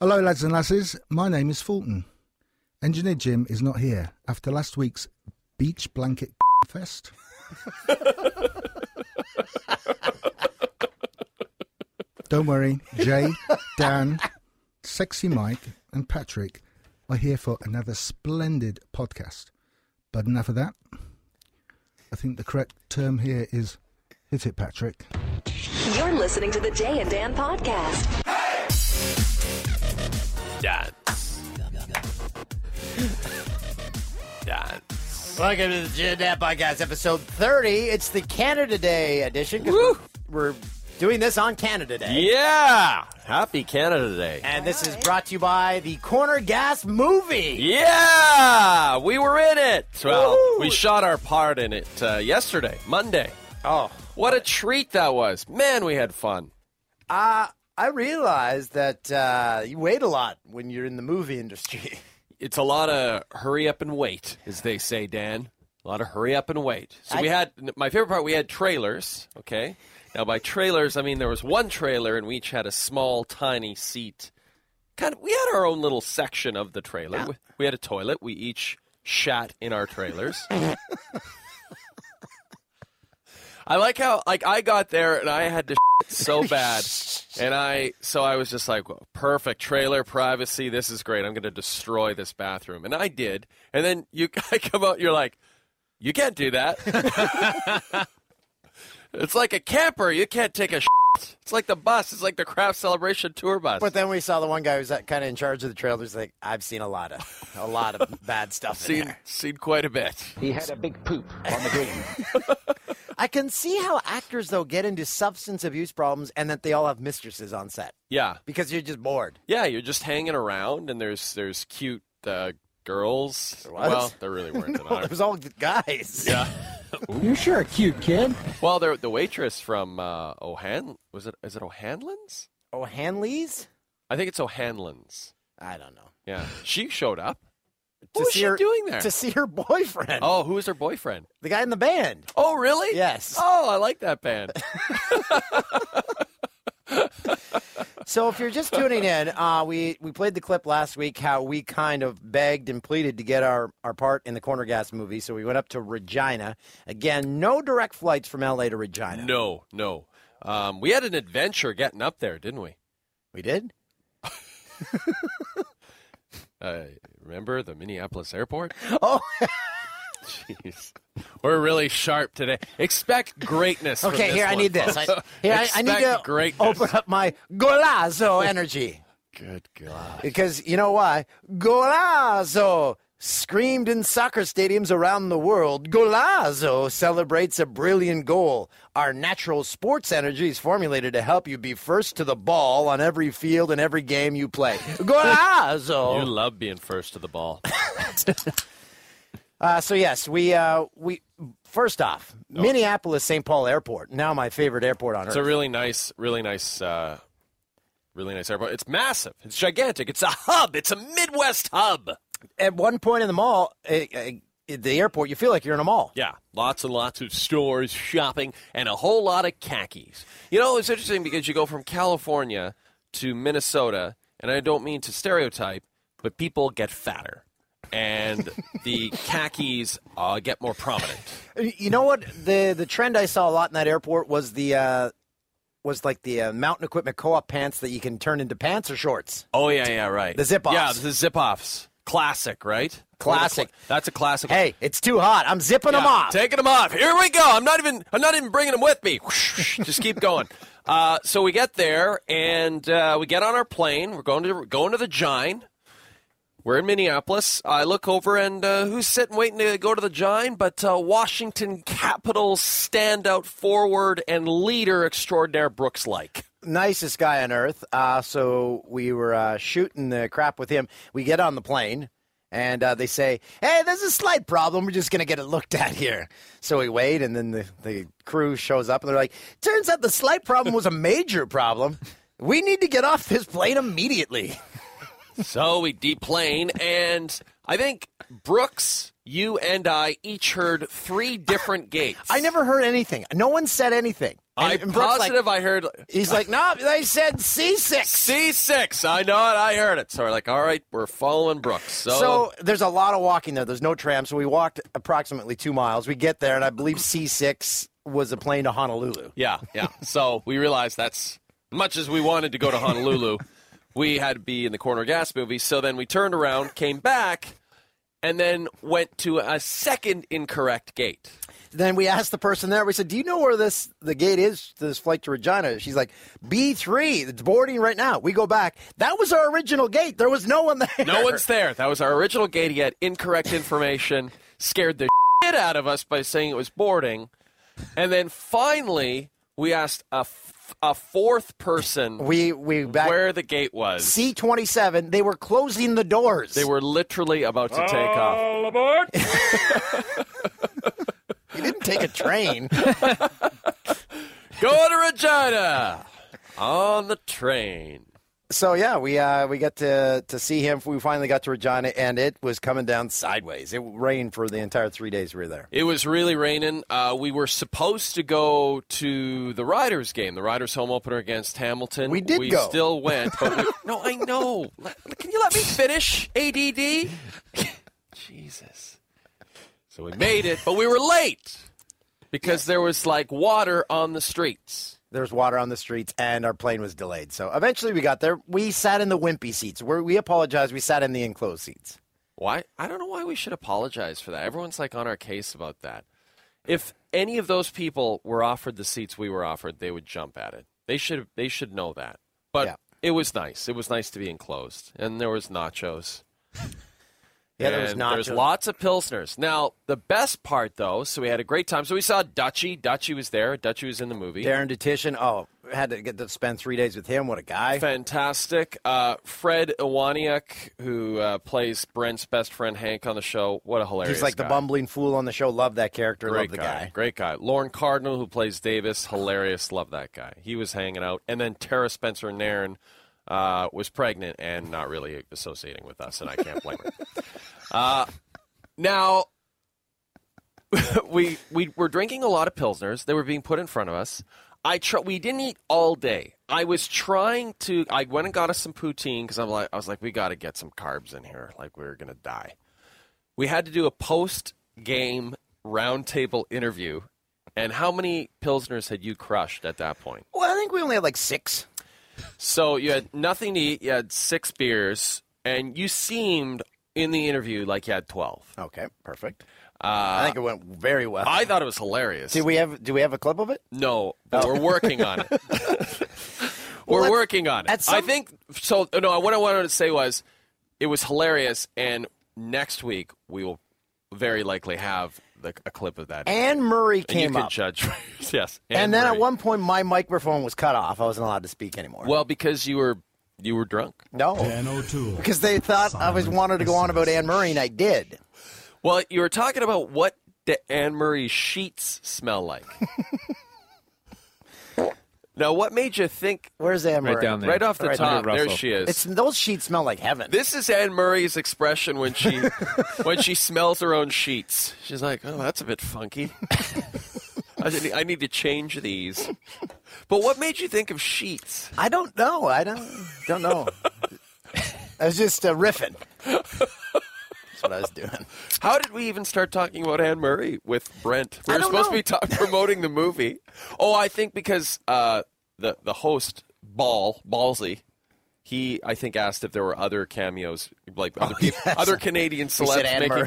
Hello, lads and lasses. My name is Fulton. Engineer Jim is not here after last week's beach blanket fest. Don't worry, Jay, Dan, Sexy Mike, and Patrick are here for another splendid podcast. But enough of that. I think the correct term here is hit it, Patrick. You're listening to the Jay and Dan podcast. Dance. Dance. Welcome to the Gin Dad Podcast, episode 30. It's the Canada Day edition. 'cause Woo! We're, we're doing this on Canada Day. Yeah! Happy Canada Day. And this is brought to you by the Corner Gas Movie. Yeah! We were in it! Well, Woo! we shot our part in it uh, yesterday, Monday. Oh. What a treat that was. Man, we had fun. Uh, I realize that uh, you wait a lot when you're in the movie industry. It's a lot of hurry up and wait, as they say, Dan. A lot of hurry up and wait. So I- we had my favorite part. We had trailers. Okay. Now by trailers, I mean there was one trailer, and we each had a small, tiny seat. Kind of, we had our own little section of the trailer. We, we had a toilet. We each shat in our trailers. I like how like I got there and I had to so bad. And I so I was just like, well, perfect trailer privacy. This is great. I'm going to destroy this bathroom. And I did. And then you I come out you're like, you can't do that. it's like a camper. You can't take a shit. It's like the bus. It's like the craft celebration tour bus. But then we saw the one guy who's kind of in charge of the trailers. Like, I've seen a lot of a lot of bad stuff. in seen there." seen quite a bit. He had a big poop on the green. I can see how actors though get into substance abuse problems, and that they all have mistresses on set Yeah. because you're just bored. Yeah, you're just hanging around and there's there's cute uh, girls. was? Well, there really weren't. in our- It was all guys. Yeah. you sure a cute kid. Well, the the waitress from uh, O'Han was it is it O'Hanlon's? Oh, Hanley's? I think it's O'Hanlon's. I don't know. Yeah, she showed up. To what was see she her- doing there? To see her boyfriend. Oh, who was her boyfriend? The guy in the band. Oh, really? Yes. Oh, I like that band. So if you're just tuning in, uh, we, we played the clip last week how we kind of begged and pleaded to get our, our part in the Corner Gas movie. So we went up to Regina. Again, no direct flights from LA to Regina. no, no. Um, we had an adventure getting up there, didn't we? We did? Uh, remember the Minneapolis airport? Oh. Jeez. We're really sharp today. Expect greatness. from Okay, this here, I one, need this. I, folks. here, I, I need Expect to greatness. open up my golazo energy. Good God. Because you know why? Golazo! Screamed in soccer stadiums around the world, Golazo celebrates a brilliant goal. Our natural sports energy is formulated to help you be first to the ball on every field and every game you play. You Golazo! love being first to the ball. uh, so, yes, we, uh, we first off, Minneapolis St. Paul Airport, now my favorite airport on earth. It's a really nice, really nice, uh, really nice airport. It's massive. It's gigantic. It's a hub. It's a Midwest hub. At one point in the mall, uh, uh, the airport, you feel like you're in a mall. Yeah, lots and lots of stores, shopping, and a whole lot of khakis. You know, it's interesting because you go from California to Minnesota, and I don't mean to stereotype, but people get fatter, and the khakis uh, get more prominent. You know what the the trend I saw a lot in that airport was the uh, was like the uh, mountain equipment co-op pants that you can turn into pants or shorts. Oh yeah, yeah, right. The zip-offs. Yeah, the zip offs. Classic, right? Classic. That's a classic. Hey, it's too hot. I'm zipping them Yeah, off. Taking them off. Here we go. I'm not even. I'm not even bringing them with me. Just keep going. Uh, so we get there and uh, we get on our plane. We're going to going to the Gine. We're in Minneapolis. I look over and uh, who's sitting waiting to go to the Gine? But uh, Washington Capitals standout forward and leader extraordinaire Brooks like. Nicest guy on earth. Uh, so we were uh, shooting the crap with him. We get on the plane. And uh, they say, "Hey, there's a slight problem. We're just gonna get it looked at here." So we wait, and then the, the crew shows up, and they're like, "Turns out the slight problem was a major problem. We need to get off this plane immediately." So we deplane, and I think Brooks, you and I each heard three different gates. I never heard anything. No one said anything. I and Brooke's like- positive I heard He's like, no, they said C6. C6. I know it. I heard it. So we're like, all right, we're following Brooks. So, So there's a lot of walking there. There's no tram, so we walked approximately two miles. We get there, and I believe C6 was a plane to Honolulu. yeah, yeah. so we realized that's much as we wanted to go to Honolulu, we had to be in the corner gas movie. So then we turned around, came back, and then went to a second incorrect gate. Then we asked the person there. We said, "Do you know where this the gate is to this flight to Regina?" She's like, "B three. It's boarding right now." We go back. That was our original gate. There was no one there. No one's there. That was our original gate. He had incorrect information, scared the shit out of us by saying it was boarding. And then finally, we asked a, f- a fourth person We we back where the gate was. C twenty seven. They were closing the doors. They were literally about to take Oh. off. We didn't take a train. Go to Regina on the train. so yeah, we uh we got to to see him. We finally got to Regina, and it was coming down sideways. It rained for the entire three days we were there. It was really raining. Uh, we were supposed to go to the Riders game, the Riders home opener against Hamilton. We did go. still went, but we, no, I know. Let- Can you let me finish? ADD. Jesus. So we made it, but we were late because there was like water on the streets. There was water on the streets, and our plane was delayed. So eventually we got there. We sat in the wimpy seats. We're, we apologize. We sat in the enclosed seats. Why? I don't know why we should apologize for that. Everyone's like on our case about that. If any of those people were offered the seats we were offered, they would jump at it. They should they should know that. But Yeah. it was nice. It was nice to be enclosed. And there was nachos. Yeah, there was And not. There's lots of pilsners. Now, the best part though, so we had a great time. So we saw Dutchy. Dutchy was there. Dutchy was in the movie. Darren Detition. Oh, had to get to spend three days with him. What a guy! Fantastic. Uh, Fred Iwaniak, who uh, plays Brent's best friend Hank on the show. What a hilarious He's like the guy. bumbling fool on the show. Love that character. Love the guy. Great guy. Lauren Cardinal, who plays Davis, hilarious. Love that guy. He was hanging out. And then Tara Spencer Nairn uh, was pregnant and not really associating with us, and I can't blame her. Uh, now, we, we were drinking a lot of Pilsners. They were being put in front of us. I tr- we didn't eat all day. I was trying to. I went and got us some poutine because I'm like, I was like, we got to get some carbs in here, like we we're gonna die we had to do a post game roundtable interview. And how many Pilsners had you crushed at that point? Well, I think we only had like six. So you had nothing to eat, you had six beers, and you seemed in the interview like you had 12. Okay, perfect. I think it went very well. Uh, I thought it was hilarious. do we have Do we have a clip of it? No, but we're working on it. we're at- working on it. at some- I think so. No, what I wanted to say was it was hilarious, and next week we will very likely have the, a clip of that. Anne Murray And came you can up, judge. yes. and then at Marie. one point my microphone was cut off. I wasn't allowed to speak anymore. Well, because you were you were drunk. no, Dan O'Toole. because they thought I was wanted to go on about Anne Murray, and I did. Well, you were talking about what the Anne Marie sheets smell like. now, what made you think Where's Anne Murray? Right down there. right off the Right top? under There Russell. she is. It's those sheets smell like heaven. this is Anne Murray's expression when she when she smells her own sheets. She's like, "Oh, that's a bit funky. I, need, I need to change these." But what made you think of sheets? I don't know. I don't don't know. I was just uh, riffing. That's what I was doing. How did we even start talking about Anne Murray with Brent? We I were don't supposed know. to be ta- promoting the movie. Oh, I think because uh, the the host Ball Ballsy, he I think asked if there were other cameos like Oh, other people, other Canadian celebs Anne making Murray.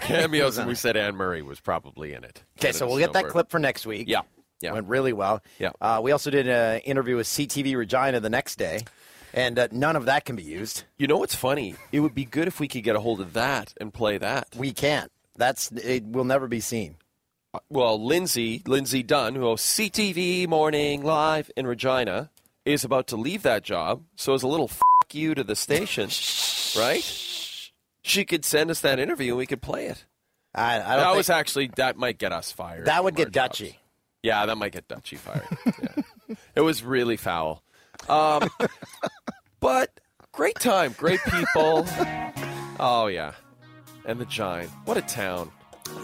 cameos, and we said Anne Murray was probably in it. Okay, But so it's we'll get that nowhere. clip for next week. Yeah, yeah. went really well. Yeah. uh, we also did an interview with CTV Regina the next day, and uh, none of that can be used. You know what's funny? It would be good if we could get a hold of that and play that. We can't. That's it. Will never be seen. Well, Lindsay, Lindsay Dunn, who hosts CTV Morning Live in Regina, is about to leave that job. So as a little f you to the station, right? She could send us that interview and we could play it. I, I don't That think- was actually that might get us fired. that from would get our jobs. Dutchy. Yeah, that might get Dutchy fired. Yeah. it was really foul. Um, but great time, great people. Oh yeah, and the Giant. What a town.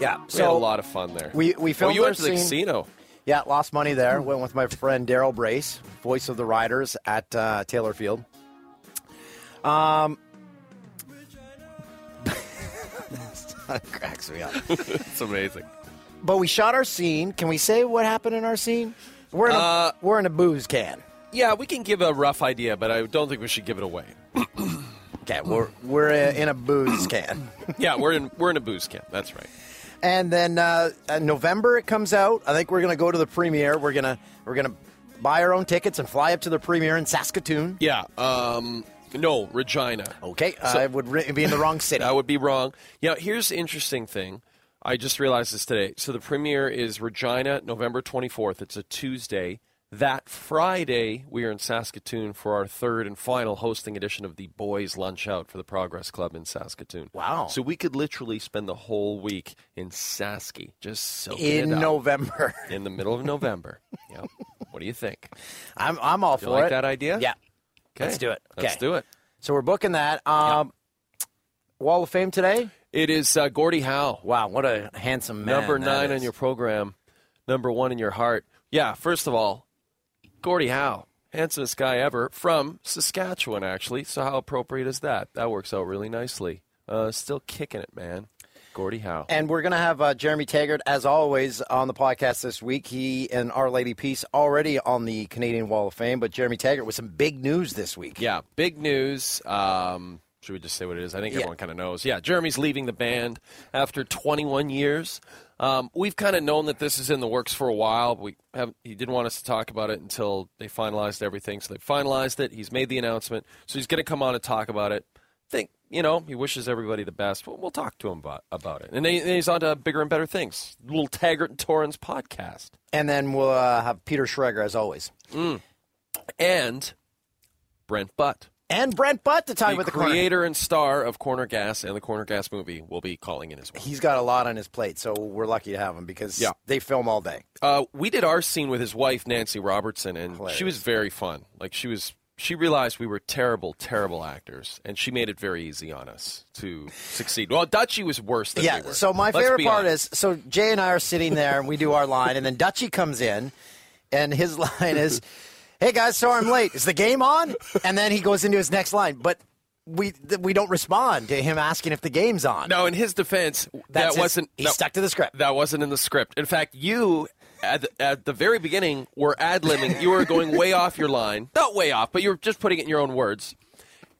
Yeah. We had a So lot of fun there. we- we Oh, filmed you our went to the scene- casino. Yeah, lost money there. Went with my friend Daryl Brace, voice of the Riders at uh, Taylor Field. Um, cracks me up. It's amazing. But we shot our scene. Can we say what happened in our scene? We're in a, Uh, we're in a booze can. Yeah, we can give a rough idea, but I don't think we should give it away. Okay, we're we're in a booze can. Yeah, we're in we're in a booze camp. That's right. and then uh, uh, November it comes out. I think we're gonna go to the premiere. We're gonna we're gonna buy our own tickets and fly up to the premiere in Saskatoon. Yeah. Um, no, Regina. Okay, So- I would re- be in the wrong city. I would be wrong. Yeah, here's the interesting thing. I just realized this today. So the premiere is Regina, November 24th. It's a Tuesday. That Friday, we are in Saskatoon for our third and final hosting edition of the Boys Lunch Out for the Progress Club in Saskatoon. Wow. So we could literally spend the whole week in Sasky, just soaking in it up November. in the middle of November. yep. What do you think? I'm I'm all You for like it. that idea? Yeah. Okay. Let's do it. Let's Okay. do it. So we're booking that. Um, Wall of Fame today. It is uh, Gordie Howe. Wow, what a handsome man. number that nine on is. your program, number one in your heart. Yeah, first of all, Gordie Howe, handsomest guy ever from Saskatchewan, actually. So how appropriate is that? That works out really nicely. Uh, still kicking it, man. Gordie Howe. And we're going to have uh, Jeremy Taggart, as always, on the podcast this week. He and Our Lady Peace already on the Canadian Wall of Fame, but Jeremy Taggart with some big news this week. Yeah, big news. Um, should we just say what it is? I think everyone kind of knows. Yeah, Jeremy's leaving the band after 21 years. Um, we've kind of known that this is in the works for a while. We have he didn't want us to talk about it until they finalized everything. So they finalized it. He's made the announcement. So he's going to come on and talk about it. Think you know he wishes everybody the best. But we'll talk to him about, about it. And then then he's on to bigger and better things. Little Taggart and Torrens podcast. And then we'll uh, have Peter Schreger, as always. And Brent Butt. And Brent Butt to talk the with the corner. creator and star of Corner Gas and the Corner Gas movie will be calling in as well. He's got a lot on his plate, so we're lucky to have him because Yeah. they film all day. Uh, we did our scene with his wife Nancy Robertson, and she was very fun. Like she was, she realized we were terrible, terrible actors, and she made it very easy on us to succeed. Well, Dutchie was worse than yeah. we were. So my Let's favorite be part honest. is so Jay and I are sitting there and we do our line, and then Dutchy comes in, and his line is, "Hey guys, sorry I'm late. Is the game on?" And then he goes into his next line, but we th- we don't respond to him asking if the game's on. now in his defense that That's his- wasn't He that- stuck to the script. That wasn't in the script. In fact, you at the, at the very beginning were ad libbing. You were going way off your line. Not way off, but you were just putting it in your own words.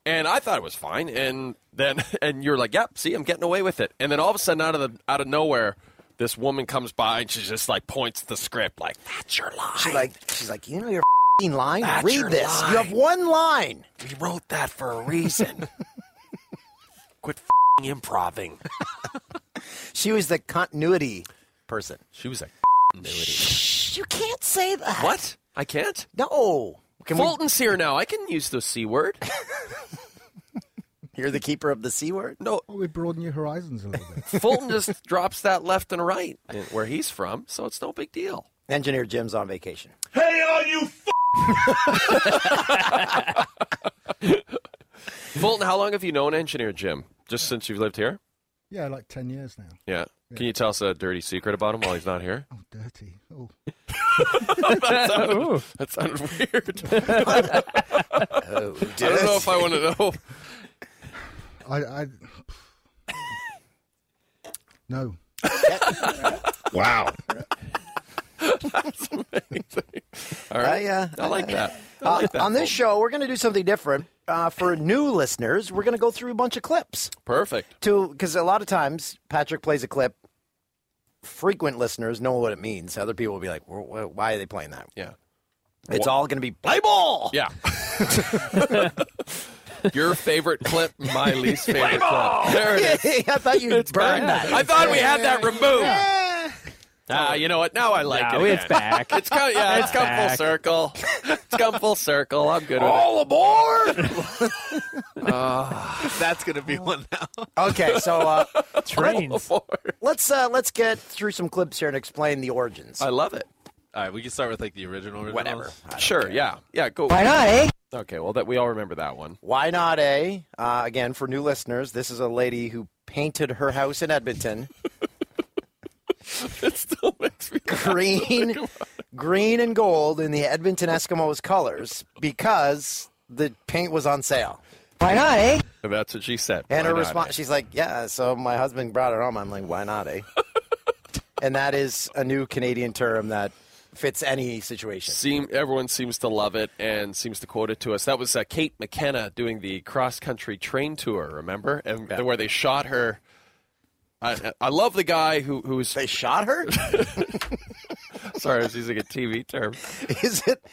And I thought it was fine. And then and you're like, "Yep, see, I'm getting away with it." And then all of a sudden, out of the out of nowhere, this woman comes by and she just like points at the script, like, "That's your line. She's like, she's like, you know your f***ing line. That's Read your this. You line." have one line. we wrote that for a reason. Quit f improving." She was the continuity person. She was like, Shh, you can't say that. "What? I can't." No. Can Fulton's here now. I can use the c word. we hear the keeper of the c word? No, Well, we broaden your horizons a little bit. Fulton just drops that left and right in- where he's from, so it's no big deal. Engineer Jim's on vacation. Fulton, how long have you known Engineer Jim? Just since you've lived here? Yeah, like 10 years now. Yeah. Can you tell us a dirty secret about him while he's not here? Oh, dirty. Oh, that, sounded, that sounded weird. Oh, I don't know if I want to know. I. I no. Wow. All right. I, uh, I like that. I Uh, like that. on this show, we're going to do something different. Uh, for new listeners, we're going to go through a bunch of clips Perfect. to because a lot of times Patrick plays a clip. Frequent listeners know what it means. Other people will be like, "Wh- wh- "Why are they playing that?" Yeah. It's all going to be play ball. Yeah. Your favorite clip, my least favorite clip. There it is. I thought you burned that. Oh. I thought we had that removed. Ah, you know what? Now I like No, it. it's again. back. It's come, yeah, it's, It's come full back. circle. It's come full circle. I'm good with it. aboard! Ah, That's going to be one now. okay, so uh, Trains. let's uh, let's get through some clips here and explain the origins. I love it. All right, we can start with like the original. originals. Whatever. Sure. Yeah. Yeah. Go. not, eh? Okay. Well, that we all remember that one. Why not a? Uh, again, for new listeners, this is a lady who painted her house in Edmonton It still makes me. green green and gold in the Edmonton Eskimos colors because the paint was on sale. Why not, eh? That's what she said. And Why her not, response, eh? she's like, "Yeah." So my husband brought it home. I'm like, "Why not, eh?" and that is a new Canadian term that fits any situation. Seem everyone seems to love it and seems to quote it to us. That was uh, Kate McKenna doing the cross country train tour. Remember, and Yeah. where they shot her. I, I love the guy who who's They shot her. sorry. I was using a TV term. is it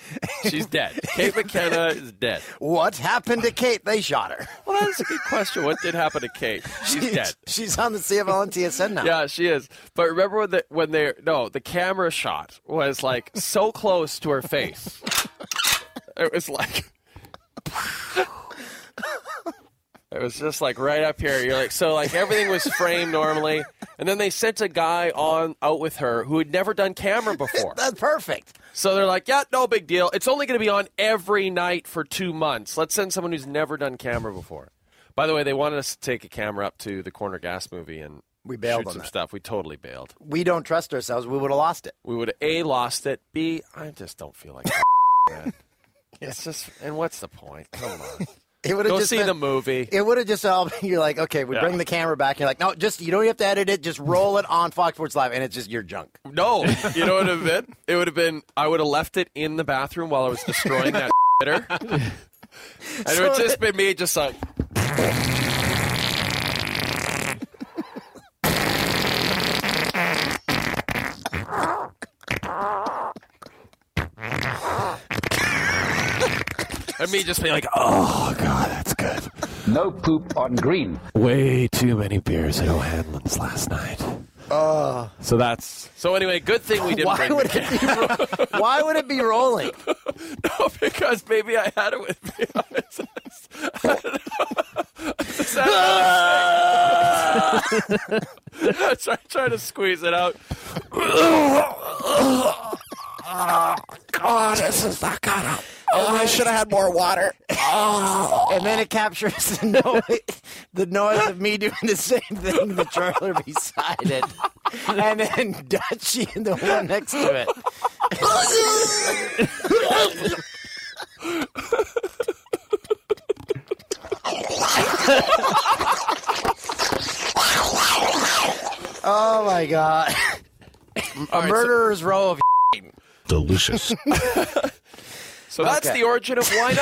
She's dead. Kate McKenna is dead. what happened to Kate? They shot her. Well, that's a good question. What did happen to Kate? She's dead. She's on the CFL and TSN now. Yeah, she is. But remember when the when they no, the camera shot was like so close to her face. It was like It was just like right up here. You're like so like everything was framed normally and then they sent a guy on out with her who had never done camera before. That's perfect. So they're like, "Yeah, no big deal. It's only going to be on every night for 2 months. Let's send someone who's never done camera before." By the way, they wanted us to take a camera up to the Corner Gas movie and We bailed shoot on some that. stuff. We totally bailed. We don't trust ourselves. We would have lost it. we would have a lost it. B, I just don't feel like that. It's just, and what's the point? Come on, It would have go just see been, the movie. It would have just all been, you're like, okay, we Yeah. bring the camera back. You're like, no, just, you don't have to edit it. Just roll it on Fox Sports Live, and it's just your junk. No, you know what it would have been? It would have been I would have left it in the bathroom while I was destroying that shitter. And it would have just been me just like And me just being like, oh god, that's good. No poop on green. Way too many beers at O'Hanlon's last night. Uh. So that's So anyway, good thing we didn't Why bring would, the it be, ro- why would it be rolling? Oh, because maybe I had it with me. I was just- I don't know. I just had it on my- I try, try to squeeze it out. God, this is not gonna. Oh, I should have had more water. And then it captures the noise, the noise of me doing the same thing, the trailer beside it. And then Dutchie and the one next to it. oh my god. A murderer's row of Delicious. So that's Okay. the origin of why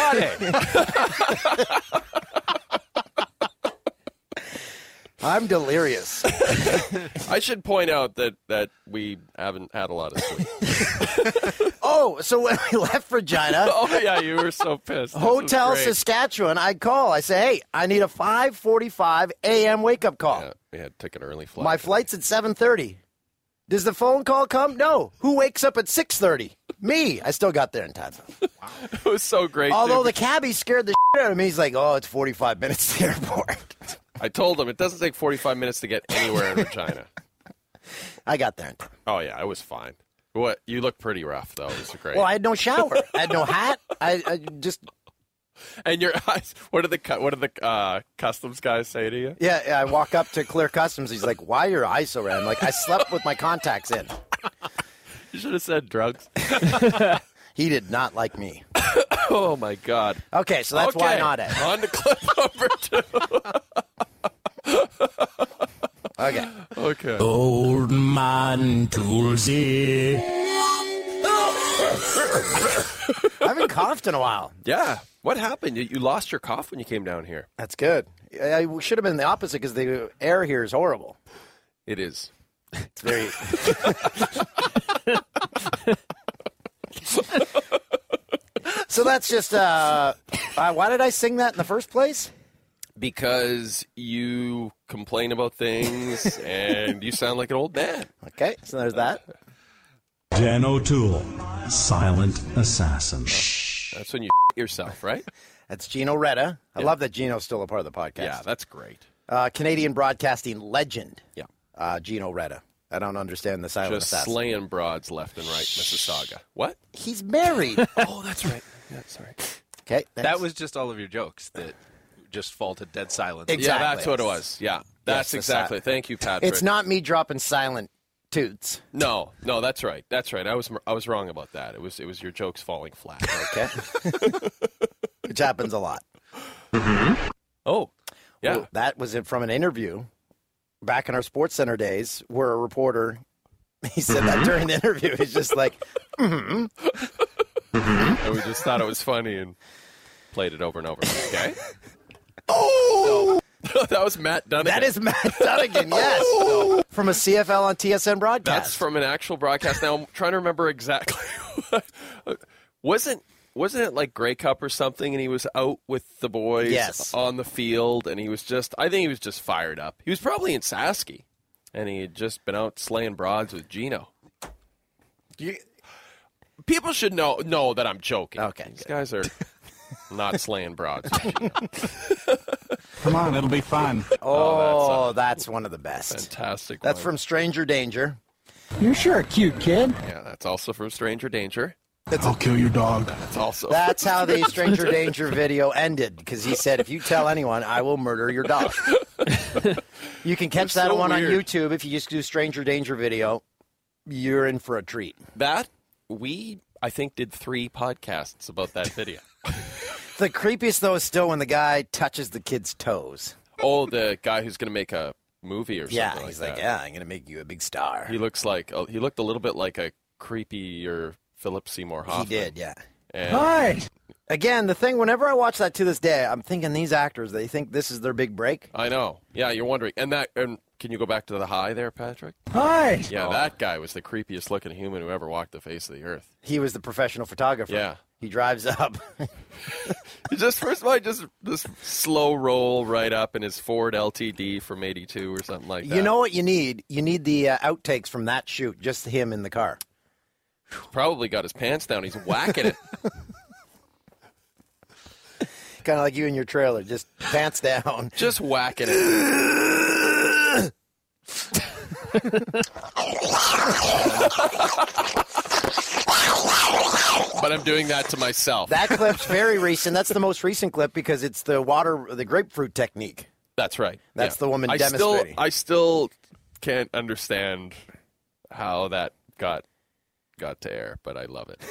not? Eh? I'm delirious. I should point out that that we haven't had a lot of sleep. Oh, so when we left Regina, Oh yeah, you were so pissed. This was Hotel great. Saskatchewan. I call. I say, "Hey, I need a 5:45 a.m. wake up call. Yeah, we had to take an early flight. My flight's at 7:30. Does the phone call come? No. Who wakes up at 6:30? Me. I still got there in time. it was so great. Although dude. the cabbie scared the shit out of me. He's like, "Oh, it's 45 minutes to the airport." I told him it doesn't take 45 minutes to get anywhere in Regina. I got there in time. Oh yeah, I was fine. What you look pretty rough though. It was great. Well, I had no shower. I had no hat. I, I just And your eyes. What did the cu- what did the uh, customs guys say to you? yeah. yeah, I walk up to Clear Customs. He's like, "Why are your eyes so red?" I'm like, "I slept with my contacts in." You should have said drugs. He did not like me. Oh my god. Okay, so that's why not it. On to clip number two. Okay. Okay. Old man Toolsy. I haven't coughed in a while. Yeah. What happened? You, you lost your cough when you came down here. That's good. I I should have been the opposite because the air here is horrible. It is. It's very. so that's just. Uh, uh, why did I sing that in the first place? Because you complain about things and you sound like an old man. Okay, so there's that. Dan O'Toole, silent assassin. That's when you yourself, right? That's Gino Retta. I love that Gino's still a part of the podcast. Yeah, that's great. Uh, Canadian broadcasting legend. Yeah. Uh, Gino Retta. I don't understand the silent Just assassin. slaying broads left and right, Mississauga. What? He's married. Oh, that's right. Yeah, sorry. okay, That was just all of your jokes that just fall to dead silence. Exactly. Yeah, that's what it was. Yeah, that's the exactly. si- Thank you, Patrick. It's not me dropping silent toots. No, no, that's right. That's right. I was I was wrong about that. It was it was your jokes falling flat. Okay, which happens a lot. oh, yeah. Well, that was it from an interview back in our Sports Center days where a reporter he said Mm-hmm. that during the interview. He's just like, And we just thought it was funny and played it over and over. Okay. oh, that was Matt Dunnigan. "That is Matt Oh. Dunnigan, yes, from a CFL on TSN broadcast." That's from an actual broadcast. Now I'm trying to remember exactly. wasn't wasn't it like Grey Cup or something? And he was out with the boys Yes. on the field, and he was just. I think he was just fired up. He was probably in Sasky, and he had just been out slaying broads with Gino. You- people should know know that I'm joking. Okay, these good. guys are not slaying broads. with Gino. Come on, it'll be fun. oh, that's, one of the best. Fantastic. That's one. from Stranger Danger. You're sure a cute kid. yeah. That's also from Stranger Danger. I'll kill your dog. That's also That's how the Stranger Danger video ended because he said, "If you tell anyone, I will murder your dog." you can catch They're that so one on weird. YouTube if you just do Stranger Danger video. You're in for a treat. That we I think did three podcasts about that video. The creepiest though is still when the guy touches the kid's toes. oh, the guy who's going to make a movie or something Yeah, like he's that. like, "Yeah, I'm gonna make you a big star." He looks like oh, he looked a little bit like a creepy or Philip Seymour Hoffman. he did, yeah. And Hi. Again, the thing. Whenever I watch that to this day, I'm thinking these actors. They think this is their big break. I know. Yeah, you're wondering. And that and can you go back to the high there, Patrick? Hi. Yeah, Oh. that guy was the creepiest looking human who ever walked the face of the earth. He was the professional photographer. Yeah. He drives up. He just first of all, he just this slow roll right up in his Ford LTD from '82 or something like that. you know what you need? You need the uh, outtakes from that shoot. Just him in the car. probably got his pants down. He's whacking it. kind of like you in your trailer, just pants down. just whacking it. but I'm doing that to myself. That clip's very recent. That's the most recent clip because it's the water, the grapefruit technique. That's right. That's the woman I demonstrating. Still, I still can't understand how that got got to air, but I love it.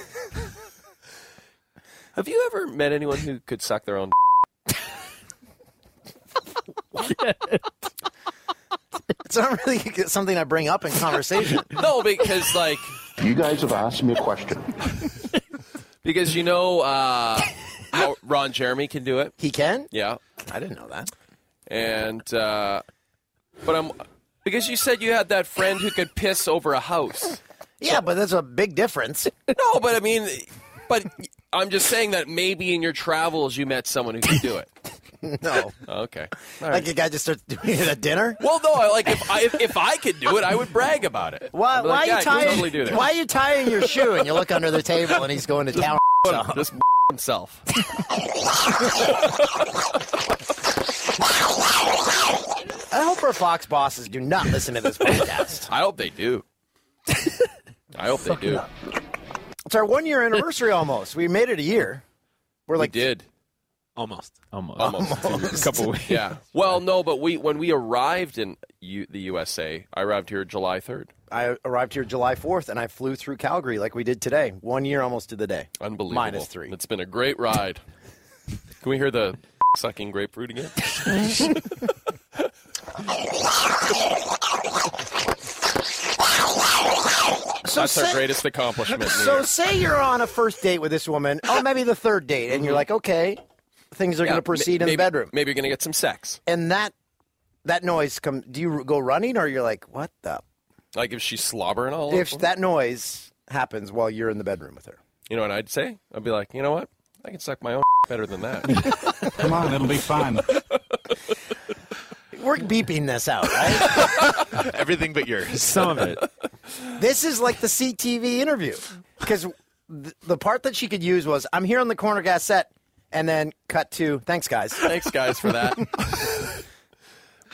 Have you ever met anyone who could suck their own? It's not really something I bring up in conversation. no, because like You guys have asked me a question. because you know uh, how Ron Jeremy can do it. he can? Yeah. I didn't know that. and uh, but I'm because you said you had that friend who could piss over a house. Yeah, but that's a big difference. No, but I mean, but I'm just saying that maybe in your travels you met someone who could do it. No, Okay. like a guy just starts doing it at dinner. Well, no, I, like if I if, if I could do it, I would brag about it. Why, I'd be why like, are "Yeah, I you could tying? Totally do that. why are you tying your shoe? And you look under the table, and he's going to town. Just himself. I hope our Fox bosses do not listen to this podcast. I hope they do. I hope they do. It's our one-year anniversary almost. We made it a year. We're like we did. Almost. Almost. Almost. A couple weeks. Yeah. Well, no, but we when we arrived in U, the USA, I arrived here July 3rd. I arrived here July 4th and I flew through Calgary like we did today. One year almost to the day. Unbelievable. Minus three. It's been a great ride. Can we hear the sucking grapefruit again? So That's say- our greatest accomplishment. in the So year. say you're on a first date with this woman, or maybe the third date, and you're like, okay, things are Mm-hmm. Yeah, going to proceed ma- in maybe, the bedroom. Maybe you're going to get some sex. And that that noise come. Do you go running or you're like, what the? Like if she's slobbering all If over. that noise happens while you're in the bedroom with her. you know what I'd say? I'd be like, you know what? I can suck my own better than that. Come on, it'll be fun. We're beeping this out, right? Everything but yours. Some of it. this is like the CTV interview because the part that she could use was, I'm here on the corner gas set, and then cut to, thanks guys. Thanks, guys, for that.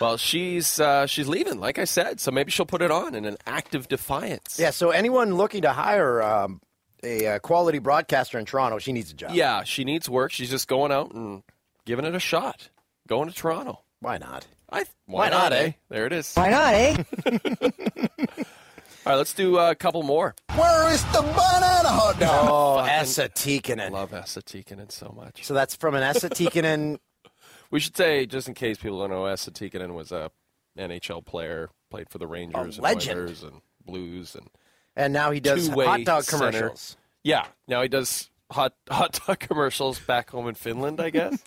well, she's uh, she's leaving, like I said, so maybe she'll put it on in an act of defiance. Yeah, so anyone looking to hire um, a uh, quality broadcaster in Toronto, she needs a job. Yeah, she needs work. She's just going out and giving it a shot. Going to Toronto. Why not? I th- Why not, eh? There it is. Why not, eh? All right, let's do uh, a couple more. Where is the banana hot dog? Oh, Essa Tikkanen. Love Essa Tikkanen so much. So that's from an Essa Tikkanen. We should say, just in case people don't know, Essa Tikkanen was a NHL player, played for the Rangers and legend. Oilers and Blues and And now he does two-way hot dog center. commercials. Yeah, now he does hot hot dog commercials back home in Finland, I guess.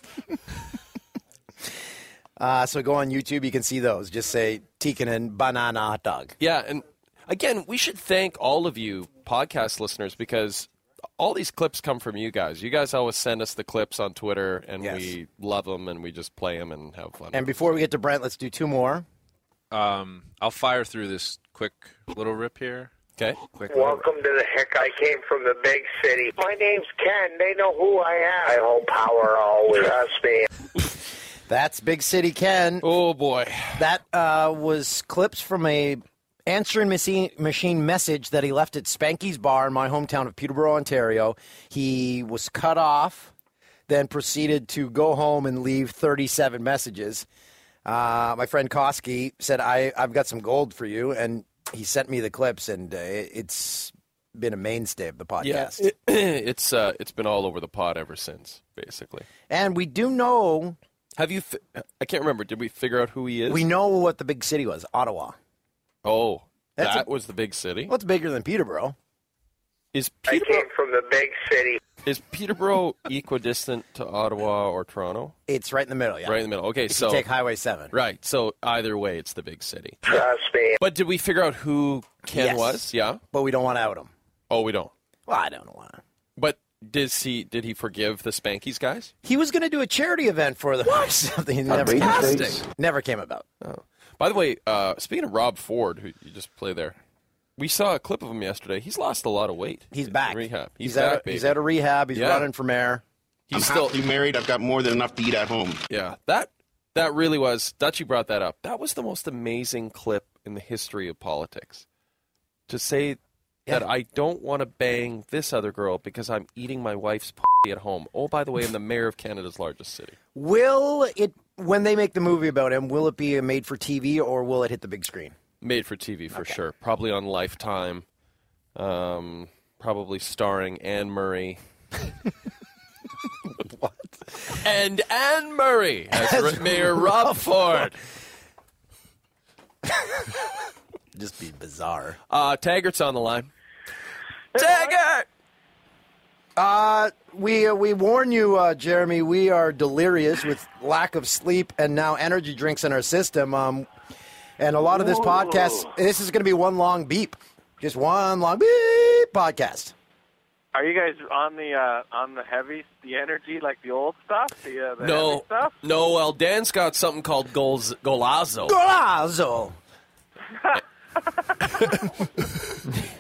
Uh, so go on YouTube, you can see those. Just say Tikkanen banana hot dog. Yeah, and again, we should thank all of you podcast listeners because all these clips come from you guys. You guys always send us the clips on Twitter, and Yes. we love them, and we just play them and have fun. And before we get to Brent, let's do two more. Um, I'll fire through this quick little rip here. okay, Quick. Little, Welcome to the hick. I came from the big city. My name's Ken. They know who I am. I hold power always. Trust me. That's Big City Ken. oh boy, That uh, was clips from a answering machine, machine message that he left at Spanky's Bar in my hometown of Peterborough, Ontario. He was cut off, then proceeded to go home and leave 37 messages. Uh, my friend Koski said, I, I've got some gold for you. And he sent me the clips, and uh, it- it's been a mainstay of the podcast. yeah, it, it's uh, it's been all over the pod ever since, basically. And we do know, Have you? Fi- I can't remember. Did we figure out who he is? we know what the big city was Ottawa. oh, That's that a- was the big city. Well, it's bigger than Peterborough. Is I Peterborough came from the big city. is Peterborough equidistant to Ottawa or Toronto? It's right in the middle, yeah. Right in the middle. Okay, If so you take Highway 7. right, so either way, it's the big city. Trust me. But did we figure out who Ken Yes. was? Yeah. but we don't want to out him. Oh, we don't. Well, I don't want to. But did he did he forgive the Spankies guys? He was going to do a charity event for them or something. It never, Outrageous. never came about. By the way, uh, speaking of Rob Ford, who you just play there, we saw a clip of him yesterday. He's lost a lot of weight. He's in back. Rehab. He's, out. back. of, he's baby. out of rehab. He's Yeah. running for mayor. He's I'm still. happily married. I've got more than enough to eat at home. Yeah. That that really was. Dutchy brought that up. That was the most amazing clip in the history of politics. To say that I don't want to bang this other girl because I'm eating my wife's p- at home. Oh, by the way, I'm the mayor of Canada's largest city. Will it when they make the movie about him? Will it be a made for TV or will it hit the big screen? Made for TV for sure. Probably on Lifetime. Um, probably starring Anne Murray. what? And Anne Murray as, Ra- Mayor Rob Ford. Just be bizarre. Uh, Taggart's on the line. Taggart! We uh, we warn you, uh, Jeremy. We are delirious with lack of sleep and now energy drinks in our system. Um, and a lot of this podcast, this is going to be one long beep, just one long beep podcast. Are you guys on the uh, on the heavy, the energy, like the old stuff, the, uh, the heavy No, stuff? no. Well, Dan's got something called Golz- Golazo, Golazo.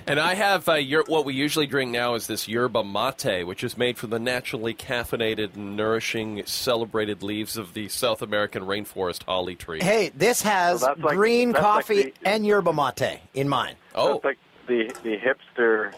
and I have uh, yer- what we usually drink now is this yerba mate, which is made from the naturally caffeinated, and nourishing, celebrated leaves of the South American rainforest holly tree. Hey, this has Well, that's like- green that's like coffee the- and yerba mate in mine. oh, That's like the the hipster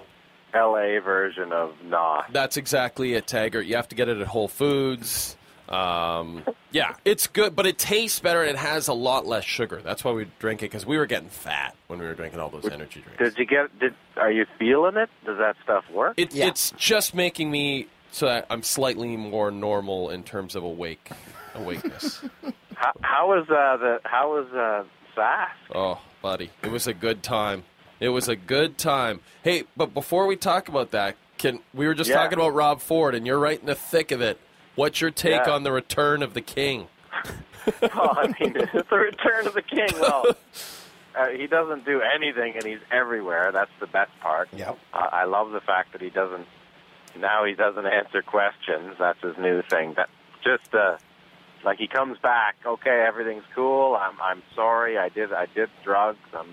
L.A. version of Nah. That's exactly it, Taggart. You have to get it at Whole Foods. Um, yeah, it's good, but it tastes better and it has a lot less sugar. That's why we drink it because we were getting fat when we were drinking all those energy drinks. Did you get? Did are you feeling it? Does that stuff work? It, Yeah. It's just making me so that I'm slightly more normal in terms of awake awakeness. how, how was uh, the how was uh, Sask? oh, buddy, it was a good time. It was a good time. Hey, but before we talk about that, can we were just Yeah. talking about Rob Ford, and you're right in the thick of it. What's your take Yeah. on the return of the king? Oh, I mean, it's the return of the king. Well, uh, he doesn't do anything, and he's everywhere. That's the best part. Yep. Uh, I love the fact that he doesn't. Now he doesn't answer questions. That's his new thing. That just uh, like he comes back. Okay, everything's cool. I'm I'm sorry. I did I did drugs. I'm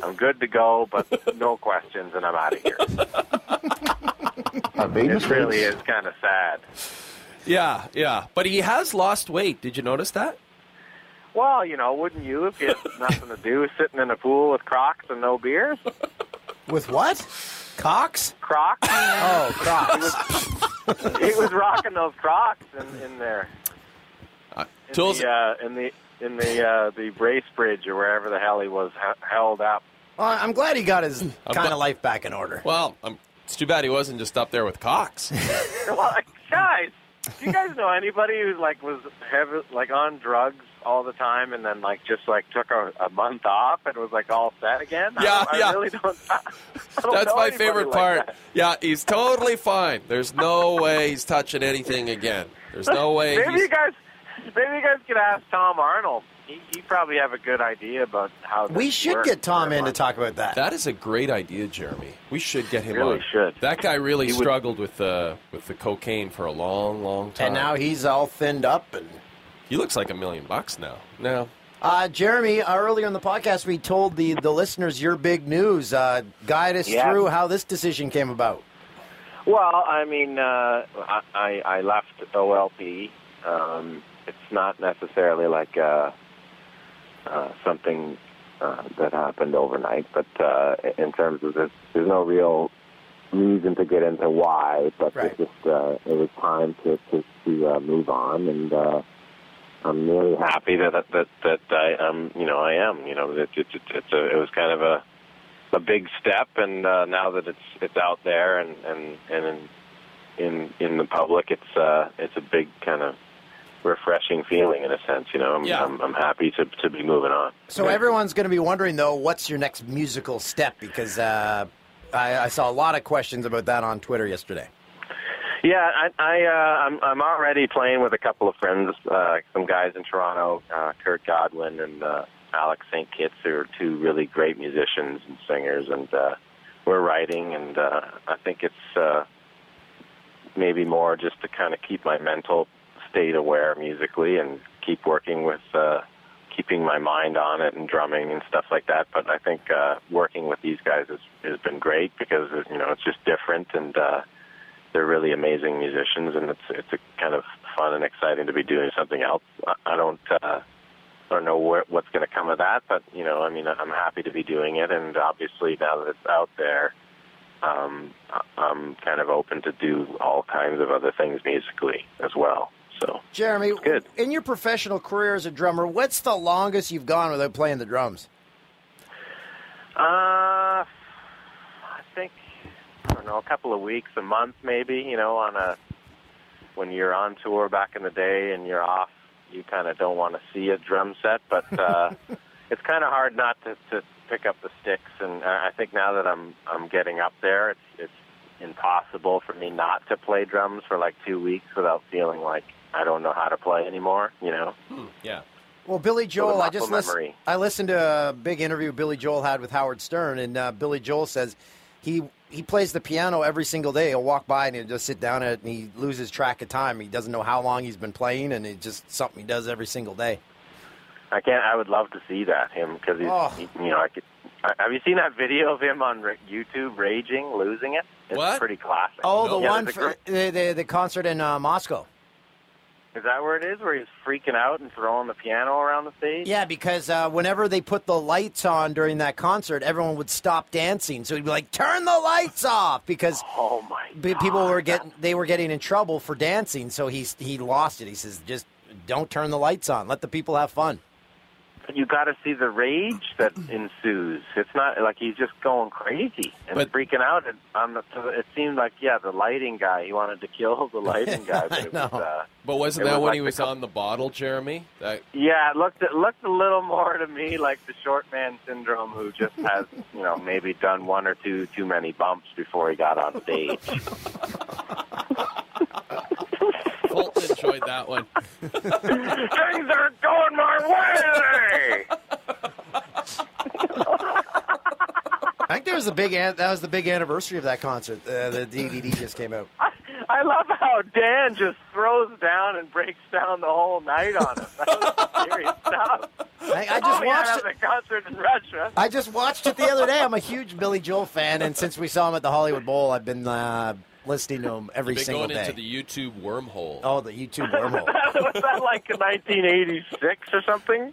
I'm good to go, but no questions, and I'm out of here. I made It really mistakes. is kind of sad. Yeah, yeah. But he has lost weight. Did you notice that? Well, you know, wouldn't you if you had nothing to do, sitting in a pool with Crocs and no beers? With what? Cox? Crocs. Oh, Cox. he was rocking those Crocs in, in there. In Tools. uh, the, uh, in the in the uh, the Bracebridge or wherever the hell he was h- held up. Well, I'm glad he got his kind of life back in order. Well, i it's too bad he wasn't just up there with Cox. well, like, guys, do you guys know anybody who like was heavy, like on drugs all the time and then like just like took a, a month off and was like all set again? I Yeah, don't- I yeah. really don't. I don't That's know my anybody favorite like part. that. Yeah, he's totally fine. There's no way he's touching anything again. There's no way. maybe he's- you guys, maybe you guys could ask Tom Arnold. He he probably have a good idea about how. We this should works get Tom for a in to month. talk about that. That is a great idea, Jeremy. We should get him Really on. should. That guy really He would- struggled with the with the cocaine for a long, long time. And now he's all thinned up and he looks like a million bucks now. No. Uh, Jeremy, uh, earlier in the podcast, we told the, the listeners your big news. Uh, guide us Yeah. through how this decision came about. Well, I mean, uh, I, I I left OLP. Um, it's not necessarily like uh, uh, something uh, that happened overnight, but uh, in terms of this, there's no real reason to get into why, but Right. it's just uh, it was time to to, to uh, move on, and uh, I'm really happy that that that I um you know I am you know it, it, it, it's a, it was kind of a a big step, and uh, now that it's it's out there and and and in in, in the public, it's uh, it's a big kind of refreshing feeling in a sense. You know, I'm Yeah. I'm, I'm happy to to be moving on. So everyone's going to be wondering, though, what's your next musical step? Because uh, I, I saw a lot of questions about that on Twitter yesterday. Yeah, I, I uh, I'm I'm already playing with a couple of friends, uh, some guys in Toronto, uh, Kurt Godwin and uh, Alex St. Kitts, who are two really great musicians and singers, and uh, we're writing, and uh, I think it's uh, maybe more just to kind of keep my mental state aware musically and keep working with. Uh, keeping my mind on it and drumming and stuff like that but i think uh working with these guys has has been great because you know it's just different and uh they're really amazing musicians, and it's it's a kind of fun and exciting to be doing something else. I, I don't uh, I don't know where, what's going to come of that, but you know, I mean, I'm happy to be doing it, and obviously now that it's out there, um, I- I'm kind of open to do all kinds of other things musically as well. So Jeremy, in your professional career as a drummer, what's the longest you've gone without playing the drums? Uh, I think I don't know, a couple of weeks, a month, maybe. You know, on a when you're on tour back in the day and you're off, you kind of don't want to see a drum set, but uh, it's kind of hard not to, to pick up the sticks. And uh, I I think now that I'm I'm getting up there, it's it's impossible for me not to play drums for like two weeks without feeling like I don't know how to play anymore. You know. Yeah. Well, Billy So the Joel, I just muscle listened. memory. I listened to a big interview Billy Joel had with Howard Stern, and uh, Billy Joel says he he plays the piano every single day. He'll walk by and he'll just sit down at it, and he loses track of time. He doesn't know how long he's been playing, and it's just something he does every single day. I can't. I would love to see that him because he's. Oh. He, you know, I could. I- Have you seen that video of him on ra- YouTube raging, losing it? It's What? pretty classic. Oh, the Yeah, one there's a for gr- the, the the concert in uh, Moscow. is that where it is? Where he's freaking out and throwing the piano around the stage? Yeah, because uh, whenever they put the lights on during that concert, everyone would stop dancing. So he'd be like, "Turn the lights off!" Because oh my, people were getting they were getting in trouble for dancing. So he he lost it. He says, "Just don't turn the lights on. Let the people have fun." But you got to see the rage that ensues. It's not like he's just going crazy and But- freaking out. And on the, it seemed like yeah, the lighting guy. He wanted to kill the lighting guy. But it was, uh, But wasn't it that was when like he the was on the bottle, Jeremy? That Yeah, it looked it looked a little more to me like the short man syndrome, who just has you know maybe done one or two too many bumps before he got on stage. Fulton enjoyed that one. Things aren't going my way. I think there was a big an- that was the big anniversary of that concert. Uh, the DVD just came out. I love how Dan just throws down and breaks down the whole night on him. That was serious stuff. I, I just oh, watched yeah, it. that was a concert in Russia. I just watched it the other day. I'm a huge Billy Joel fan, and since we saw him at the Hollywood Bowl, I've been uh, listening to him every You've been single going day. into the YouTube wormhole. oh, the YouTube wormhole. was that like 1986 or something?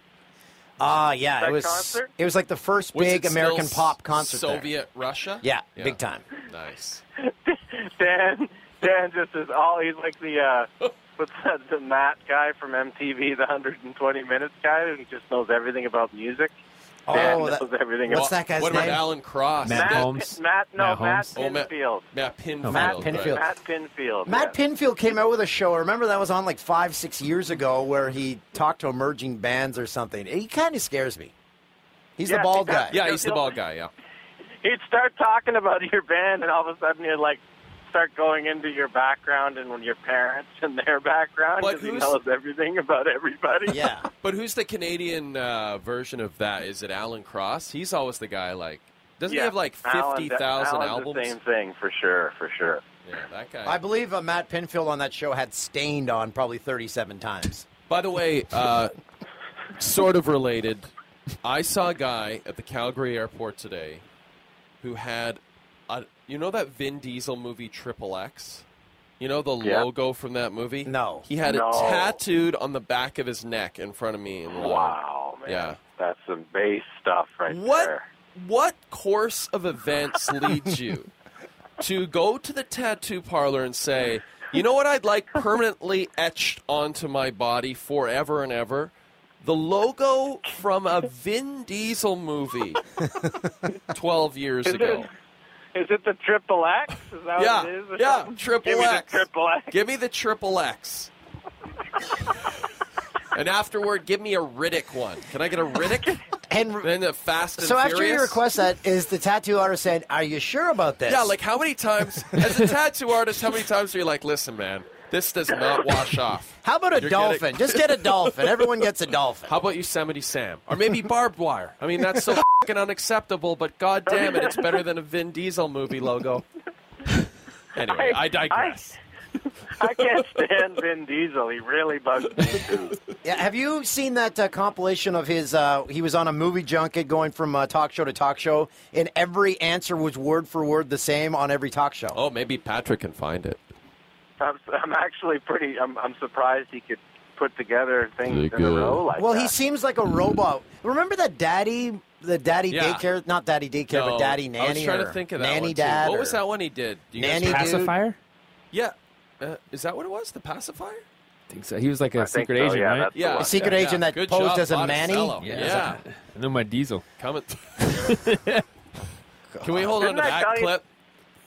Ah, yeah, That it was. concert? It was like the first Was big it still American pop concert. there. Soviet Russia. Yeah, big time. Nice. Dan, Dan just is all he's like the uh, what's that? The Matt guy from MTV, the 120 Minutes guy, who just knows everything about music. Oh, Dan that- knows everything. what's about- that guy's What about name? Alan Cross? Matt Holmes? Matt, no, Matt Matt Holmes? Oh, Matt- Pinfield. Matt Pinfield. Matt Pinfield. Matt Pinfield. Matt Pinfield came out with a show. I remember that was on like five, six years ago, where he talked to emerging bands or something. He kind of scares me. He's Yeah, the bald he guy. does. Yeah, he's the bald guy. Yeah. he'd start talking about your band, and all of a sudden he'd like start going into your background and your parents and their background But because he who's- knows everything about everybody. but who's the Canadian uh, version of that? Is it Alan Cross? He's always the guy. Like, doesn't Yeah, he have like Alan- fifty thousand Alan's albums? The same thing for sure, for sure. Yeah, that guy. I believe uh, Matt Pinfield on that show had stained on probably 37 times. By the way, uh, sort of related, I saw a guy at the Calgary airport today who had, a, you know, that Vin Diesel movie Triple X. You know the Yeah. logo from that movie? No. He had No. it tattooed on the back of his neck in front of me. And Wow, man. Yeah. That's some base stuff right What there. what course of events leads you to go to the tattoo parlor and say, you know what I'd like permanently etched onto my body forever and ever? The logo from a Vin Diesel movie 12 years Is ago. Is it the triple X? Is that Yeah, what it is? yeah, triple Give me the X. triple X. Give me the triple X. and afterward, give me a Riddick one. Can I get a Riddick? And then the Fast and So after you Furious? request that, is the tattoo artist saying, "Are you sure about this?" Yeah, like how many times, as a tattoo artist, how many times are you like, listen, man, this does not wash off? How about a You're dolphin? getting- Just get a dolphin. Everyone gets a dolphin. How about Yosemite Sam? Or maybe barbed wire. I mean, that's so fucking unacceptable, but god damn it, it's better than a Vin Diesel movie logo. Anyway, I, digress. I can't stand Vin Diesel. He really bugs me. too. Yeah, have you seen that uh, compilation of his? Uh, he was on a movie junket, going from uh, talk show to talk show, and every answer was word for word the same on every talk show. Oh, maybe Patrick can find it. I'm, I'm actually pretty. I'm, I'm surprised he could put together things in a row like well, that. he seems like a robot. Remember that daddy, the daddy Yeah. daycare, not daddy daycare, No, but daddy I nanny. was trying or to think of that nanny one, too. dad. What was or- that one he did? Do you guys Nanny remember? Pacifier? Yeah. Uh, is that what it was? The pacifier? think so. He was like a I think secret so, agent, yeah, right? that's the Yeah. one. A secret Yeah. agent that Good posed job, as a Botticello. manny? Yeah. And then my diesel. Comment. Can we hold Didn't on to I tell that you- clip?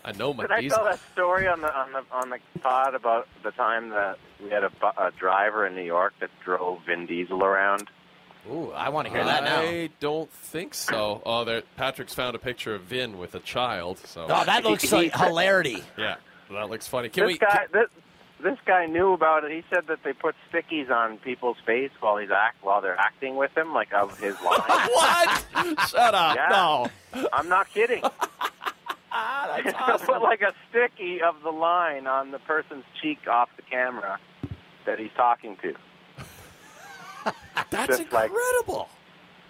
I know my Did I diesel. tell that story on the on the on the pod about the time that we had a, bu- a driver in New York that drove Vin Diesel around? Ooh, I want I don't think so. Oh, there, Patrick's found a picture of Vin with a child. So. Oh, that looks like hilarity. Yeah, that looks funny. Can this we? guy, this, this guy knew about it. He said that they put stickies on people's face while he's act while they're acting with him, like of his line. what? Shut up! Yeah. No. I'm not kidding. Ah, That's Put like a sticky of the line on the person's cheek off the camera that he's talking to. That's Just like- incredible.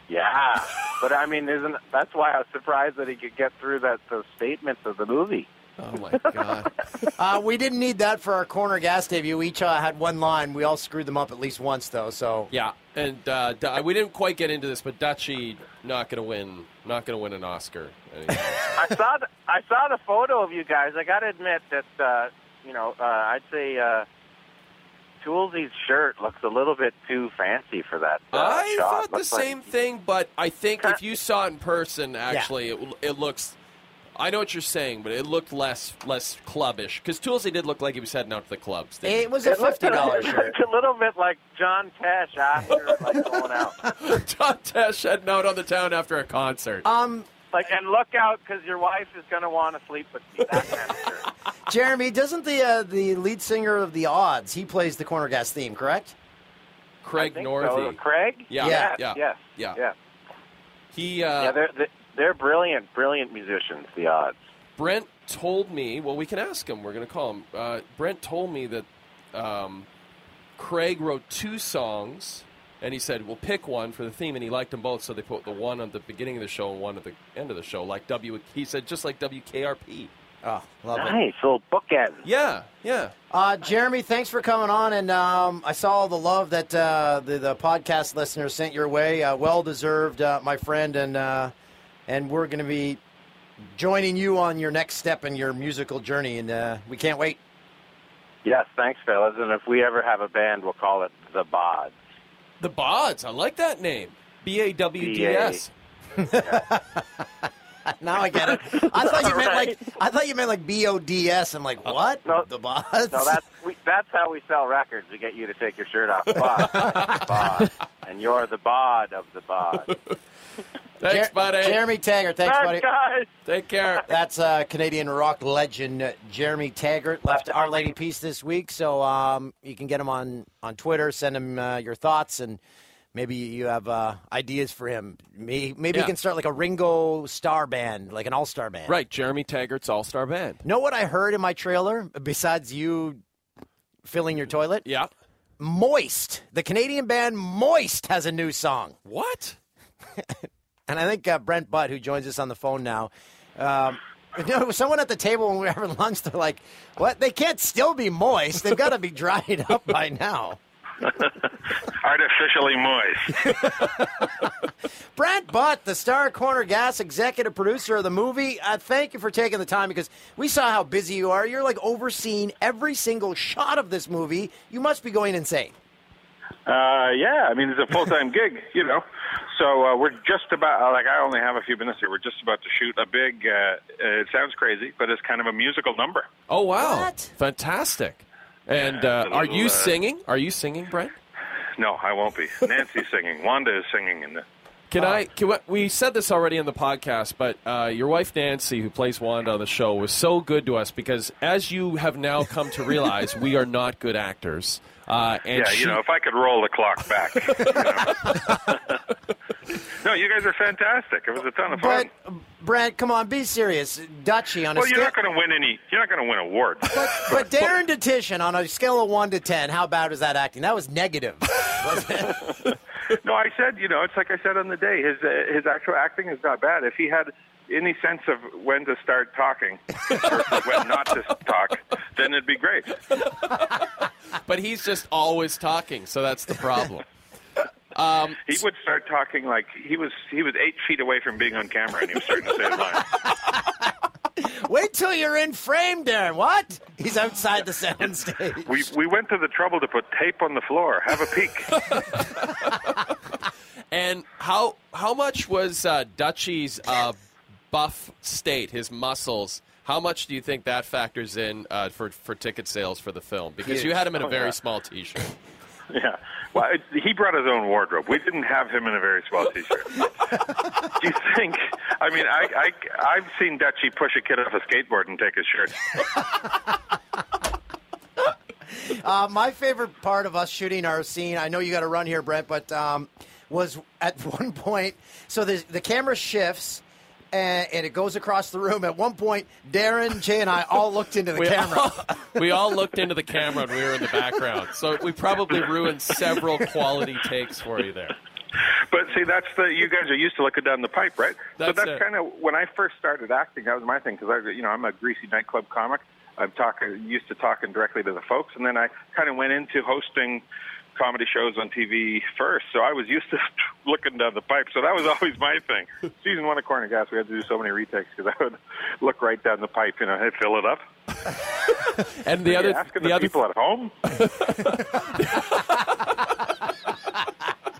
Yeah, but I mean, isn't that's why I was surprised that he could get through that those statements of the movie. Oh my god! Uh, we didn't need that for our corner gas debut. We each uh, had one line. We all screwed them up at least once, though. So yeah, and uh, Du- we didn't quite get into this, but Dutchy not going to win. Not going to win an Oscar. Anyway. I saw the, I saw the photo of you guys. I got to admit that uh, you know uh, I'd say uh, Toolsy's shirt looks a little bit too fancy for that. Uh, I shot. thought the Looks like- same thing, but I think if you saw it in person, actually, it, it looks. I know what you're saying, but it looked less less clubbish because Toolsy did look like he was heading out to the clubs. didn't he? It looked a- it looked a little bit like John Tesh after like going out. John Tesh heading out on the town after a concert. Um, like and look out because your wife is gonna want to sleep with you. That kind of shirt. Jeremy, doesn't the uh, the lead singer of the Odds? He plays the corner gas theme, correct? Craig think Northey. so. uh, Craig? Yeah. Yes, Yeah. yes, Yeah. yeah. He. Uh, yeah, they're they're- they're brilliant, brilliant musicians. The odds. Brent told me. Well, we can ask him. We're going to call him. Uh, Brent told me that um, Craig wrote two songs, and he said, "We'll pick one for the theme," and he liked them both, so they put the one on the beginning of the show and one at the end of the show, like W. He said, just like WKRP. Oh, love it. Nice little bookend. Yeah, yeah. Uh, Jeremy, thanks for coming on, and um, I saw all the love that uh, the, the podcast listeners sent your way. Uh, well deserved, uh, my friend, and uh, and we're going to be joining you on your next step in your musical journey, and uh, we can't wait. Yes, thanks, fellas. And if we ever have a band, we'll call it the Bods. The Bods. I like that name. B A W D S. now I get it. I thought you meant like I thought you meant like B O D S. I'm like, what? No, the boss. No, that's we, that's how we sell records. We get you to take your shirt off, bod, bod, and you're the bod of the bod. Thanks, buddy. Jeremy Taggart. Thanks, Thanks, buddy. guys. Take care. That's uh, Canadian rock legend uh, Jeremy Taggart left Our Lady Peace this week, so um, you can get him on on Twitter. Send him uh, your thoughts, and maybe you have uh, ideas for him. Maybe, maybe Yeah. you can start like a Ringo Star band, like an all star band. Right, Jeremy Taggart's All Star Band. Know what I heard in my trailer besides you filling your toilet? Yeah. Moist. The Canadian band Moist has a new song. What? and I think uh, Brent Butt, who joins us on the phone now, um, you know, someone at the table when we were having lunch, they're like, what? They can't still be moist. They've got to be dried up by now. Artificially moist. Brent Butt, the Star Corner Gas executive producer of the movie, uh, thank you for taking the time because we saw how busy you are. You're like overseeing every single shot of this movie. You must be going insane. Uh, yeah, I mean it's a full time gig, you know. So uh, we're just about like I only have a few minutes here. We're just about to shoot a big. Uh, uh, it sounds crazy, but it's kind of a musical number. Oh wow! Fantastic. And Yeah, uh, it's a are little, you uh, singing? Are you singing, Brent? No, I won't be. Nancy's singing. Wanda is singing in the. Can I? Can we, we said this already in the podcast, but uh, your wife Nancy, who plays Wanda on the show, was so good to us because, as you have now come to realize, we are not good actors. Uh, and yeah, she- you know, if I could roll the clock back. you know. no, you guys are fantastic. It was a ton of But, fun. um, Brent, come on, be serious. Dutchy on a well, scale. you're not going to win any. You're not going to win awards. But Darren Detition, on a scale of one to ten, how bad was that acting? That was negative. no, I said, you know, it's like I said on the day. His uh, his actual acting is not bad. If he had any sense of when to start talking or when not to talk, then it'd be great. but he's just always talking, so that's the problem. Um, He would start talking like he was he was eight feet away from being on camera, and he was starting to say his line. Wait till you're in frame, Darren. What? He's outside the soundstage. We we went to the trouble to put tape on the floor. Have a peek. and how how much was uh, Dutchy's uh, buff state, his muscles? How much do you think that factors in uh, for for ticket sales for the film? Because you Huge. had him in a Oh, very yeah. small T-shirt. Yeah. Well, it, he brought his own wardrobe. We didn't have him in a very small t-shirt. Do you think? I mean, I, I I've seen Dutchy push a kid off a skateboard and take his shirt. Uh, my favorite part of us shooting our scene, I know you got to run here, Brent, but um, was at one point, so the, the camera shifts. And, and it goes across the room. At one point, Darren, Jay, and I all looked into the We camera. all- we all looked into the camera and we were in the background, so we probably ruined several quality takes for you there. But see, that's the you guys are used to looking down the pipe, right? so That's that's it. kind of when I first started acting. That was my thing because I, you know, I'm a greasy nightclub comic. I'm talking used to talking directly to the folks, and then I kind of went into hosting comedy shows on TV first. So I was used to looking down the pipe. So that was always my thing. Season one of Corner Gas, we had to do so many retakes because I would look right down the pipe, you know, hey, fill it up. And the Are you other, asking the the other people at home.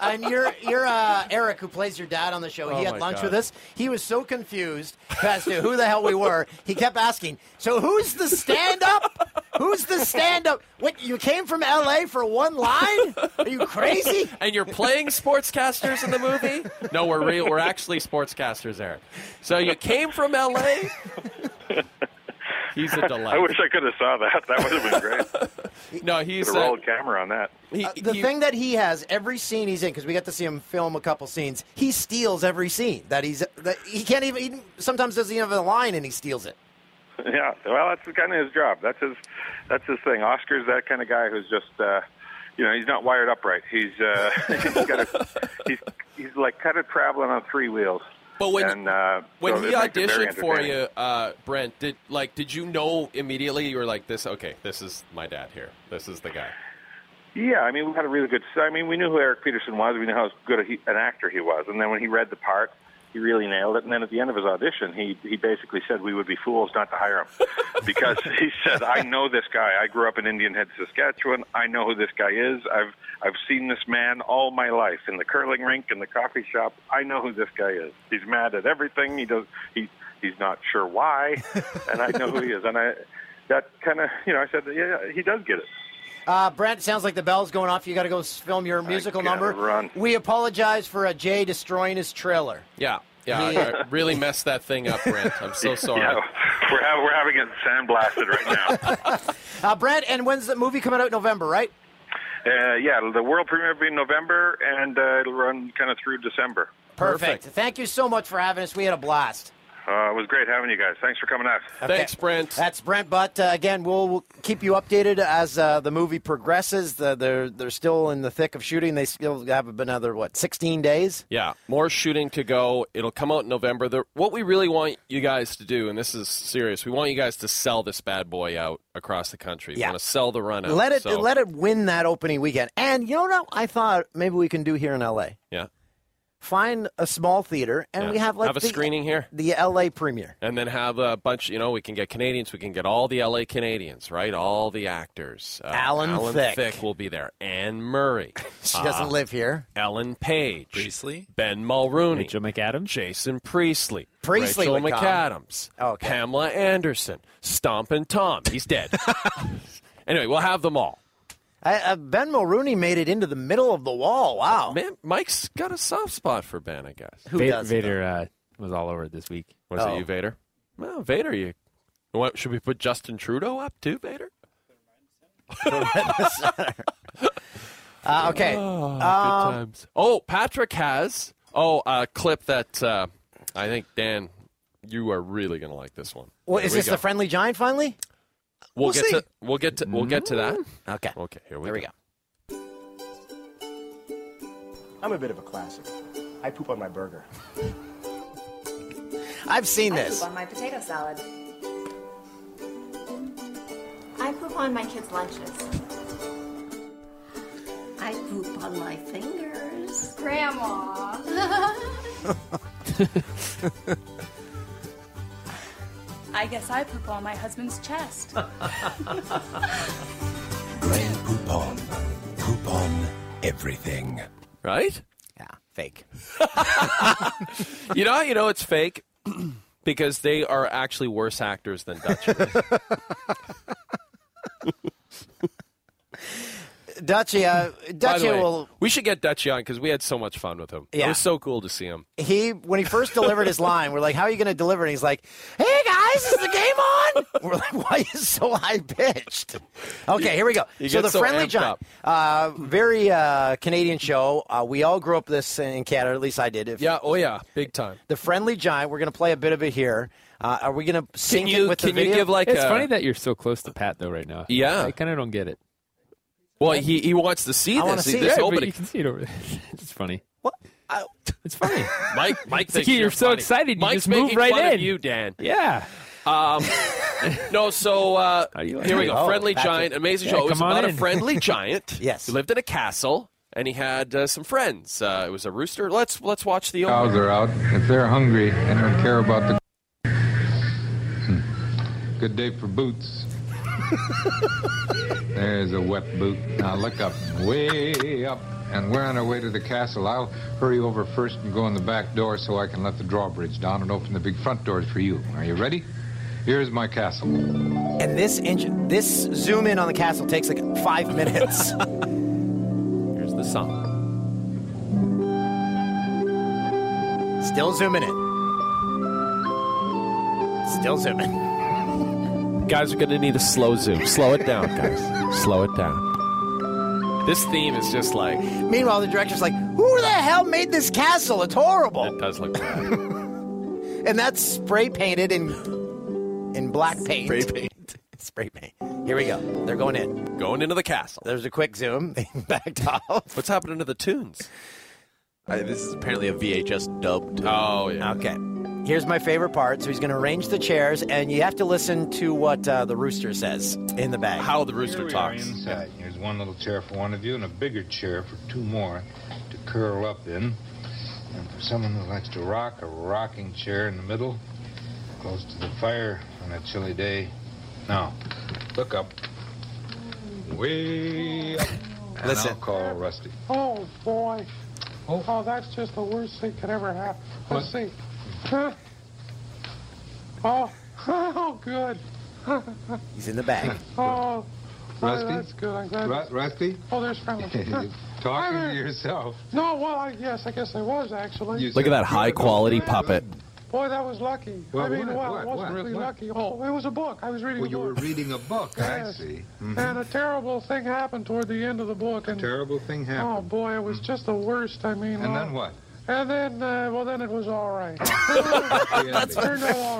and your your uh, Eric, who plays your dad on the show, Oh he my had lunch God. with us. He was so confused as to who the hell we were. He kept asking, "So who's the stand up? Who's the stand up? What you came from L.A. for one line? Are you crazy?" and you're playing sportscasters in the movie? No, we're real. We're actually sportscasters, Eric. So you came from L.A. He's a delight. I wish I could have saw that. That would have been great. No, he's Could uh, have rolled camera on that. Uh, the thing that he has every scene he's in because we got to see him film a couple scenes he steals every scene that he's that he can't even he sometimes doesn't even have a line and he steals it Yeah, well, that's kind of his job. That's his that's his thing. Oscar's that kind of guy who's just uh, you know he's not wired up right. He's uh, he's got a, he's he's like kind of traveling on three wheels. But when- and, uh, when so he it makes it very auditioned for entertaining. you, uh, Brent, did like did you know immediately? You were like, this okay, this is my dad here. This is the guy. Yeah, I mean, we had a really good. I mean, we knew who Eric Peterson was. We knew how good a, he, an actor he was. And then when he read the part, he really nailed it. And then at the end of his audition, he he basically said we would be fools not to hire him because he said, "I know this guy. I grew up in Indian Head, Saskatchewan. I know who this guy is. I've I've seen this man all my life in the curling rink, in the coffee shop. I know who this guy is. He's mad at everything. He does. He he's not sure why, and I know who he is. And I that kind of you know I said, yeah, he does get it. Uh, Brent, sounds like the bell's going off. You got to go s- film your musical gotta number. run. We apologize for uh, Jay destroying his trailer. Yeah, yeah, Yeah. I- I really messed that thing up, Brent. I'm so sorry. Yeah, we're having we're having it sandblasted right now. Uh, Brent, and when's the movie coming out? November, right? Uh, yeah, the world premiere will be in November, and uh, it'll run kind of through December. Perfect. Thank you so much for having us. We had a blast. Uh, it was great having you guys. Thanks for coming out. Thanks, Brent. That's Brent. But uh, again, we'll, we'll keep you updated as uh, the movie progresses. The, they're they're still in the thick of shooting. They still have another what, 16 days? Yeah, more shooting to go. It'll come out in November. The, what we really want you guys to do, and this is serious, we want you guys to sell this bad boy out across the country. We Yeah. want to sell the run out. let it so- let it win that opening weekend. And you know what? I thought maybe we can do here in L.A. Yeah. Find a small theater, and yeah. we have like have a the, screening here. the L.A. premiere. And then have a bunch, you know, we can get Canadians. We can get all the LA Canadians, right? All the actors. Uh, Alan Alan Thicke. will be there. Anne Murray. She doesn't live here. Ellen Page. Priestley. Ben Mulrooney. Rachel McAdams. Jason Priestley. Priestley Rachel would come. McAdams. Okay. Pamela Anderson. Stomp and Tom. He's dead. anyway, we'll have them all. I, uh, ben Mulrooney made it into the middle of the wall. Wow. Man, Mike's got a soft spot for Ben, I guess. Who Vader, does, Vader uh, was all over it this week. Was Oh. it you, Vader? Well, Vader, you. What, should we put Justin Trudeau up too, Vader? Uh, okay. Oh, good Um, times. Oh, Patrick has oh a clip that uh, I think Dan, you are really gonna like this one. well, Here is we this go. the friendly giant finally? We'll, we'll get see. to we'll get to we'll get to that. Okay. Okay. Here we There go. we go. I'm a bit of a classic. I poop on my burger. I've seen I this. poop on my potato salad. I poop on my kids' lunches. I poop on my fingers. Grandma. I guess I poop on my husband's chest. Gray poop on. Oh. Poop on everything. Right? Yeah. Fake. You know how you know it's fake because they are actually worse actors than Dutch. Dutchy, uh, By the Dutchy way, will. we should get Dutchy on because we had so much fun with him. It Yeah. was so cool to see him. He when he first delivered his line, we're like, "How are you going to deliver?" it?" he's like, "Hey guys, is the game on?" We're like, "Why are you so high pitched?" Okay, here we go. You so get the so friendly amped giant, uh, very uh, Canadian show. Uh, we all grew up this in Canada, at least I did. If, Yeah. Oh yeah. Big time. The friendly giant. We're going to play a bit of it here. Uh, are we going to sing it with the video? It's funny that you're so close to Pat though right now. Yeah. I kind of don't get it. Well, he he wants to see I wanna this. see this it. Yeah, but opening. you can see it over there. It's funny. It's funny. Mike, Mike, It's thinks like you're so funny. excited, you Mike's just move making right fun Of in. you, Dan. Yeah. Um, no, so uh, here we go. Oh, friendly Patrick. giant, amazing Yeah, show. It was come on about a in. friendly giant. yes, who lived in a castle, and he had uh, some friends. Uh, it was a rooster. Let's let's watch the opener. cows are out. If they're hungry and don't care about the. Good day for boots. There's a wet boot. Now look up, way up, and we're on our way to the castle. I'll hurry over first and go in the back door so I can let the drawbridge down and open the big front doors for you. Are you ready? Here's my castle. And this inch, this zoom in on the castle takes like five minutes. Um, Here's the song. Still zooming in. Still zooming. Guys are going to need a slow zoom. Slow it down, guys. Slow it down. This theme is just like Meanwhile, the director's like, "Who the hell made this castle? It's horrible!" it does look bad. And that's spray painted in in black paint. Spray paint. spray paint. Here we go. They're going in. Going into the castle. There's a quick zoom. They backed off. What's happening to the tunes? this is apparently a VHS dubbed. Oh yeah. Okay. Here's my favorite part. So he's going to arrange the chairs, and you have to listen to what uh, the rooster says in the bag. How the Here we are inside. Here's one little chair for one of you and a bigger chair for two more to curl up in. And for someone who likes to rock, a rocking chair in the middle, close to the fire on a chilly day. Now, look up. Way up. And Listen. I'll call Rusty. Oh boy. Oh. that's just the worst thing could ever happen. Let's see. Huh. Oh, oh, good. He's in the bag. oh, boy, Rusty? that's good. I'm glad. Ru- Rusty? Oh, there's Franklin. Talking to yourself. no, well, I, yes, I guess I was actually. Look at that high quality puppet. Boy, that was lucky. Well, I mean, what, well, what, it wasn't what, really what? lucky. Oh, it was a book. I was reading Well, a you were book. reading a book. I Yes. see. And a terrible thing happened toward the end of the book. And Terrible thing Oh happened. boy, it was just the worst. I mean, Mm-hmm. And oh. then what? And then, uh, well, then it was all right. That's-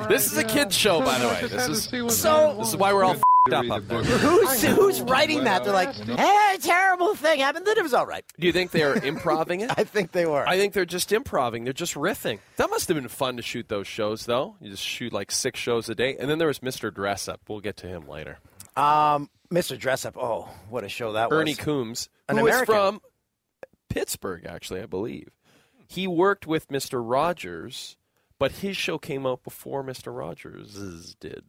This is a kids show, by the way. This is So- this is why we're all fed up. up there. Who's, who's writing that? They're like, hey, terrible thing happened. Then it was all right. Do you think they are improving it? I think they were. I think they're just improving. They're just riffing. That must have been fun to shoot those shows, though. You just shoot like six shows a day, and then there was Mr. Dress Up. We'll get to him later. Um, Mr. Dress Up. Oh, what a show that was. Ernie Coombs, An who is American. from Pittsburgh, actually, I believe. He worked with Mr. Rogers, but his show came out before Mr. Rogers' did.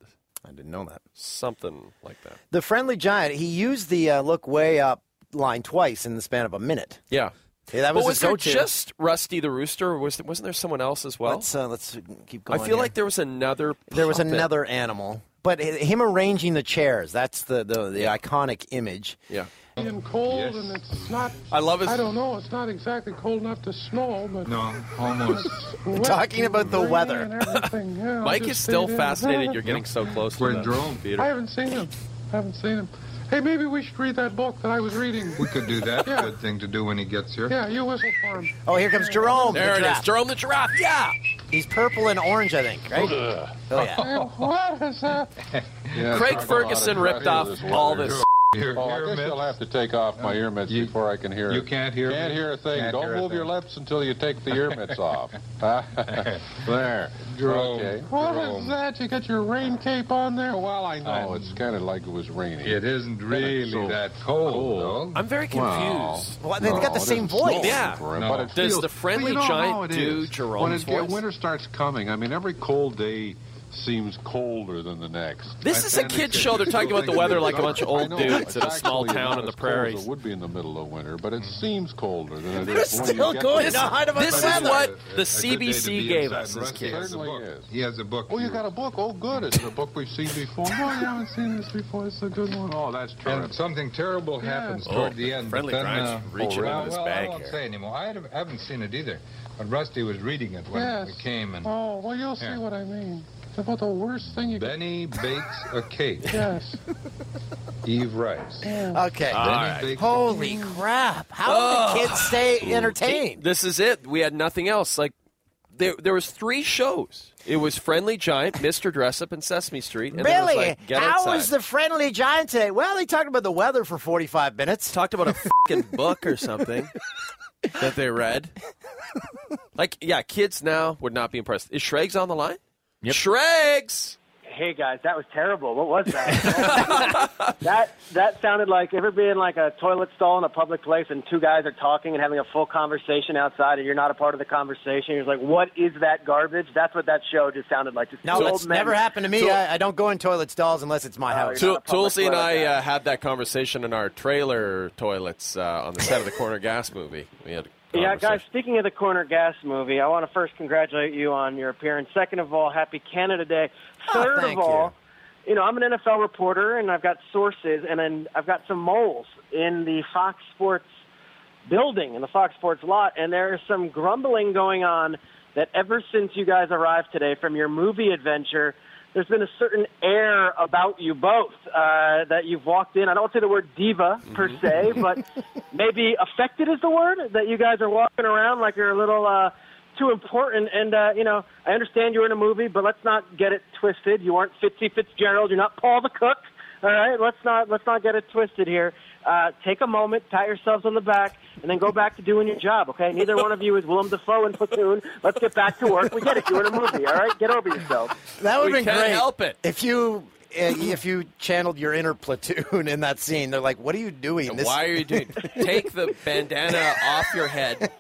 I didn't know that. Something like that. The friendly giant. He used the uh, look way up line twice in the span of a minute. Yeah. Yeah, that but was was his there go-to. just Rusty the Rooster, or was there, wasn't there someone else as well? Let's, uh, let's keep going I feel here. like there was another. There was puppet. another animal, but h- him arranging the chairs. That's the the, the iconic image. Yeah. And cold, and it's not. I love his- I don't know. It's not exactly cold enough to snow, but no, almost. wet Talking about the and weather. rainy and everything. Yeah, Mike just is still fade in. fascinated. You're getting so close. We're to in the drone. computer. I haven't seen him. I haven't seen him. Hey, maybe we should read that book that I was reading. We could do that. Yeah. Good thing to do when he gets here. Yeah, you whistle for him. Oh, here comes Jerome. There it the is, giraffe. Jerome the giraffe. Yeah. He's purple and orange, I think. Right. Ugh. Oh yeah. Hey, what is that? Craig Ferguson ripped off all this. oh, I guess you'll have to take off my ear mitts before I can hear you it. can't hear Can't me. hear a thing. Can't Don't hear a move your thing. lips until you take the ear mitts off. there. Jerome. Okay. What Jerome. is that? You got your rain cape on there? Well, I Oh, it's kind of like it was raining. It isn't really so that cold. cold. though. I'm very Wow. confused. Well, they've got the it same isn't voice. snowing, Yeah. Jerome, No. but it Does feels- the friendly Well, you know giant how it do is. Jerome's when it get- voice? winter starts coming, I mean, every cold day seems colder than the next. This is a kid's show. They're talking about the weather like a bunch of I old know, dudes in a small actually town not in the as cold as prairies. It would be in the middle of winter, but it seems colder than it They're is. when you still get going there. This- on about this is weather. what A- a the good day to CBC be gave inside. us as Rusty kids. has a book. He has a book. Oh, you got a book? Oh, good. It's a book we've seen before. Oh, No, you haven't seen this before. It's a good one. Oh, that's terrific. And something terrible happens Oh, toward the end. Friendly but then, uh, oh, Giant's reaching well, into his well, bag I won't here. say anymore. I had- haven't seen it either. But Rusty was reading it when Yes. we came, and Oh, well, you'll see Yeah. what I mean. It's about the worst thing you could. Benny bakes a cake. Yes. Eve Rice. Okay. Benny right. bakes Holy crap! How do the kids stay entertained? This is it. We had nothing else. Like there, there was three shows. It was Friendly Giant, Mr. Dress Up, and Sesame Street. And then it was Really? like, Get How outside. was the friendly giant today? Well, he talked about the weather for 45 minutes. Talked about a fucking book or something that they read. Like, yeah, kids now would not be impressed. Is Shregs on the line? Shregs! Hey guys, that was terrible. What was that? that that sounded like ever being like a toilet stall in a public place, and two guys are talking and having a full conversation outside, and you're not a part of the conversation. You're like, what is that garbage? That's what that show just sounded like. Just No, two that's old men. never happened to me. I, I don't go in toilet stalls unless it's my house. Tu- Tulsi and I uh, had that conversation in our trailer toilets uh, on the set of the Corner Gas movie. We had a Yeah, conversation. guys, speaking of the Corner Gas movie, I want to first congratulate you on your appearance. Second of all, happy Canada Day. Oh, Third thank of all, you. know, I'm an NFL reporter and I've got sources and then I've got some moles in the Fox Sports building, in the Fox Sports lot, and there is some grumbling going on that ever since you guys arrived today from your movie adventure, there's been a certain air about you both uh, that you've walked in. I don't want to say the word diva per se, but maybe affected is the word that you guys are walking around like you're a little uh, too important. And uh, you know, I understand you're in a movie, but let's not get it twisted. You aren't Fitzy Fitzgerald. You're not Paul the Cook. All right, let's not let's not get it twisted here. Uh, take a moment, pat yourselves on the back, and then go back to doing your job. Okay, neither one of you is Willem Dafoe in Platoon. Let's get back to work. We get it. You're in a movie. All right, get over yourself. That would We have been can't great. help it. If you eh, if you channeled your inner platoon in that scene, they're like, "What are you doing? This- Why are you doing? Take the bandana off your head.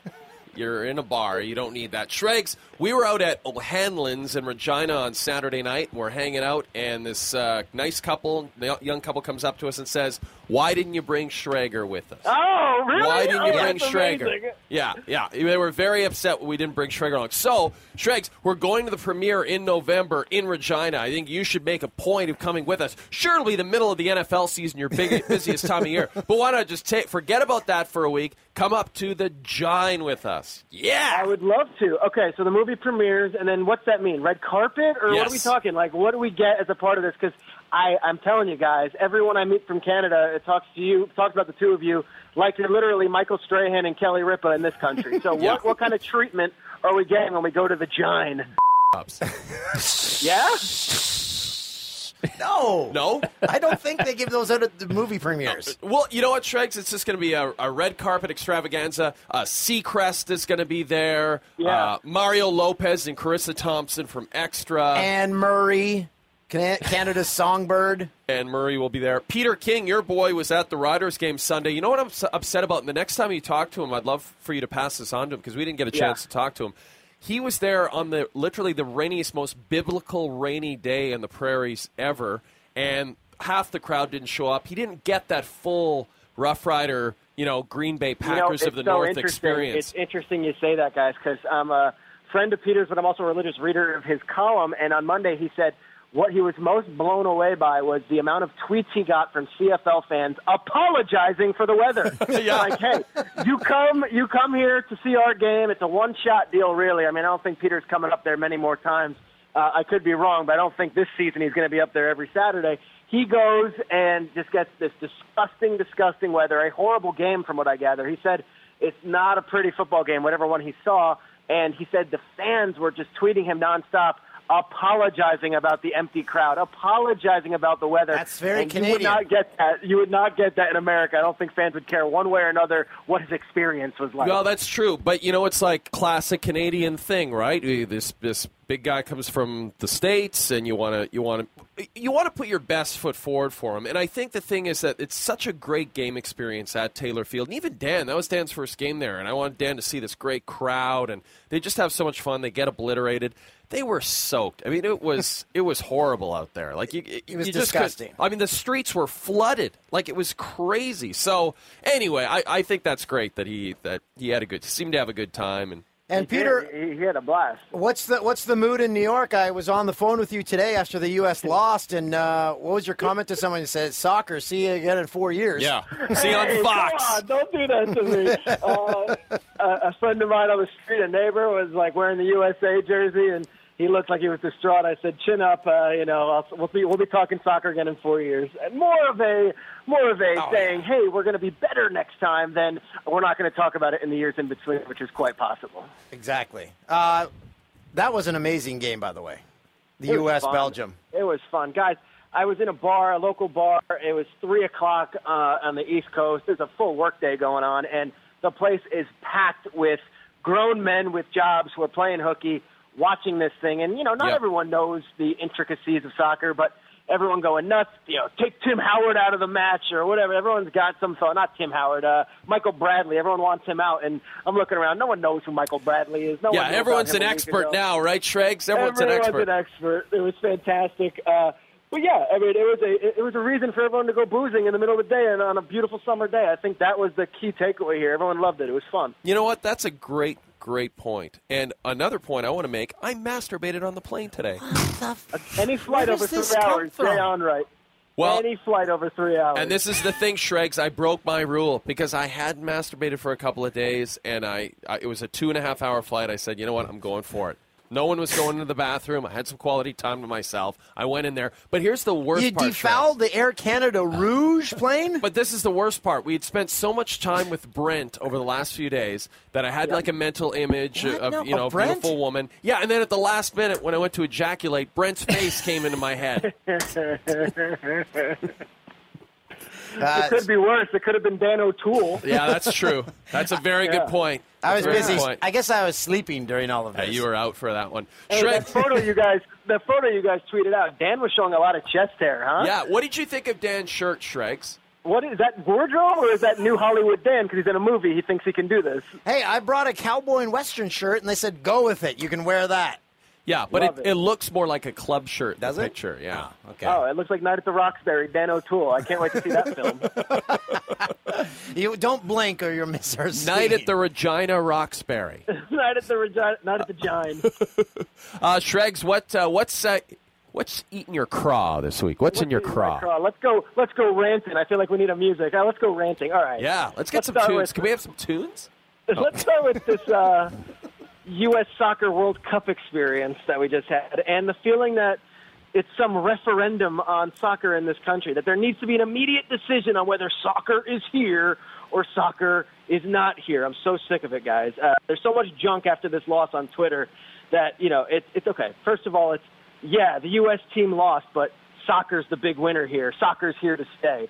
You're in a bar. You don't need that. Shregs, we were out at O'Hanlon's in Regina on Saturday night. We're hanging out, and this uh, nice couple, young couple, comes up to us and says, "Why didn't you bring Schrager with us?" Oh, really? Why didn't you Oh, bring that's Schrager? amazing. Yeah, yeah. They were very upset we didn't bring Schrager along. So, Shregs, we're going to the premiere in November in Regina. I think you should make a point of coming with us. Surely the middle of the NFL season, your big, busiest time of year. But why not just take, forget about that for a week? Come up to the Gine with us. Yeah. I would love to. Okay, so the movie premieres, and then what's that mean? Red carpet? Or what are we Yes. talking? Like, what do we get as a part of this? Because I'm telling you guys, everyone I meet from Canada it talks to you, talks about the two of you, like you're literally Michael Strahan and Kelly Ripa in this country. So Yeah. what, what kind of treatment are we getting when we go to the Gine? yeah? No. No? I don't think they give those out at the movie premieres. Well, you know what, Shregs? It's just going to be a, a red carpet extravaganza. Uh, Seacrest is going to be there. Yeah. Uh, Mario Lopez and Carissa Thompson from Extra. Anne Murray, Can- Canada's songbird. and Murray will be there. Peter King, your boy, was at the Riders game Sunday. You know what I'm s- upset about? And the next time you talk to him, I'd love for you to pass this on to him because we didn't get a Yeah. chance to talk to him. He was there on the literally the rainiest, most biblical rainy day in the prairies ever, and half the crowd didn't show up. He didn't get that full Rough Rider, you know, Green Bay you know, Packers it's of the so North interesting. experience. It's interesting you say that, guys, because I'm a friend of Peter's, but I'm also a religious reader of his column. And on Monday, he said what he was most blown away by was the amount of tweets he got from CFL fans apologizing for the weather. Like, hey, you come, you come here to see our game. It's a one-shot deal, really. I mean, I don't think Peter's coming up there many more times. Uh, I could be wrong, but I don't think this season he's going to be up there every Saturday. He goes and just gets this disgusting, disgusting weather, a horrible game from what I gather. He said it's not a pretty football game, whatever one he saw, and he said the fans were just tweeting him nonstop, apologizing about the empty crowd, apologizing about the weather. That's very and You would Canadian. not get that. You would not get that in America. I don't think fans would care one way or another what his experience was like. Well, that's true, but you know it's like classic Canadian thing, right? Eh, This this big guy comes from the states, and you want to you want to you want to put your best foot forward for him. And I think the thing is that it's such a great game experience at Taylor Field, and even Dan. That was Dan's first game there, and I wanted Dan to see this great crowd, and they just have so much fun. They get obliterated. They were soaked. I mean, it was it was horrible out there. Like you, it was you just couldn't- disgusting. I mean, the streets were flooded. Like it was crazy. So anyway, I, I think that's great that he that he had a good seemed to have a good time and And He did. Peter- he, he had a blast. What's the What's the mood in New York? I was on the phone with you today after the U.S. lost, and uh, what was your comment to someone who said, "Soccer, see you again in four years"? Yeah. Hey, come on, don't do that to me. uh, a, a friend of mine on the street, a neighbor, was like wearing the USA jersey, and he looked like he was distraught. I said, "Chin up, uh, you know. I'll, we'll be we'll be talking soccer again in four years." And more of a more of a saying, "Hey, we're going to be better next time." Then we're not going to talk about it in the years in between, which is quite possible. Exactly. Uh, that was an amazing game, by the way. The It was U.S. fun. Belgium. It was fun, guys. I was in a bar, a local bar. It was three o'clock uh, on the East Coast. There's a full work day going on, and the place is packed with grown men with jobs who are playing hooky, watching this thing. And you know, not Yeah. everyone knows the intricacies of soccer, but everyone going nuts. You know, take Tim Howard out of the match or whatever. Everyone's got some thought. Not Tim Howard. Uh, Michael Bradley. Everyone wants him out, and I'm looking around. No one knows who Michael Bradley is. No one yeah, knew about everyone's him an a week expert ago. now, right, Shregs? Everyone's, an expert. expert. It was fantastic. Uh, but yeah, I mean, it was a it- it was a reason for everyone to go boozing in the middle of the day and on a beautiful summer day. I think that was the key takeaway here. Everyone loved it. It was fun. You know what? That's a great great point. And another point I want to make: I masturbated on the plane today. Any flight Where over does this three come hours, from? stay on right. Well- any flight over three Oh, hours. And this is the thing, Shregs. I broke my rule because I had masturbated for a couple of days, and I, I it was a two and a half hour flight. I said, you know what, I'm going for it. No one was going to the bathroom. I had some quality time to myself. I went in there, but here's the worst You part. Shregs. defouled the Air Canada Rouge plane. But this is the worst part. We had spent so much time with Brent over the last few days that I had like a mental image of No, you know of a Brent? beautiful woman. Yeah, and then at the last minute when I went to ejaculate, Brent's face came into my head. Uh, it could be worse. It could have been Dan O'Toole. Yeah, that's true. That's a very Yeah. good point. I was Very good busy. point. I guess I was sleeping during all of Yeah, this. Uh, you were out for that one. Hey, that photo you guys, that photo you guys tweeted out. Dan was showing a lot of chest hair, huh? Yeah, what did you think of Dan's shirt, Shregs? what is that Wardrobe or is that New Hollywood Dan? Because he's in a movie, he thinks he can do this. Hey, I brought a cowboy and western shirt, and they said go with it. You can wear that. Yeah, but Love it, it. it. looks more like a club shirt. Does the it? Picture, yeah. Ah, okay. Oh, it looks like Night at the Roxbury, Dan O'Toole. I can't wait to see that film. You don't blink or you'll miss our scene. Night at the Regina Roxbury. Night at the Regina, Night at the Giant. Uh, Shregs, what uh, what's uh, what's eating your craw this week? What's, in your craw? Craw. Let's go. Let's go ranting. I feel like we need a music. Uh, let's go ranting. All right. Yeah, let's get some start tunes. with- Can we have some tunes? Oh. Let's start with this uh, U.S. Soccer World Cup experience that we just had, and the feeling that it's some referendum on soccer in this country. That there needs to be an immediate decision on whether soccer is here or soccer is not here. I'm so sick of it, guys. Uh, there's so much junk after this loss on Twitter that you know it, it's okay. First of all, it's yeah, the U.S. team lost, but soccer's the big winner here. Soccer's here to stay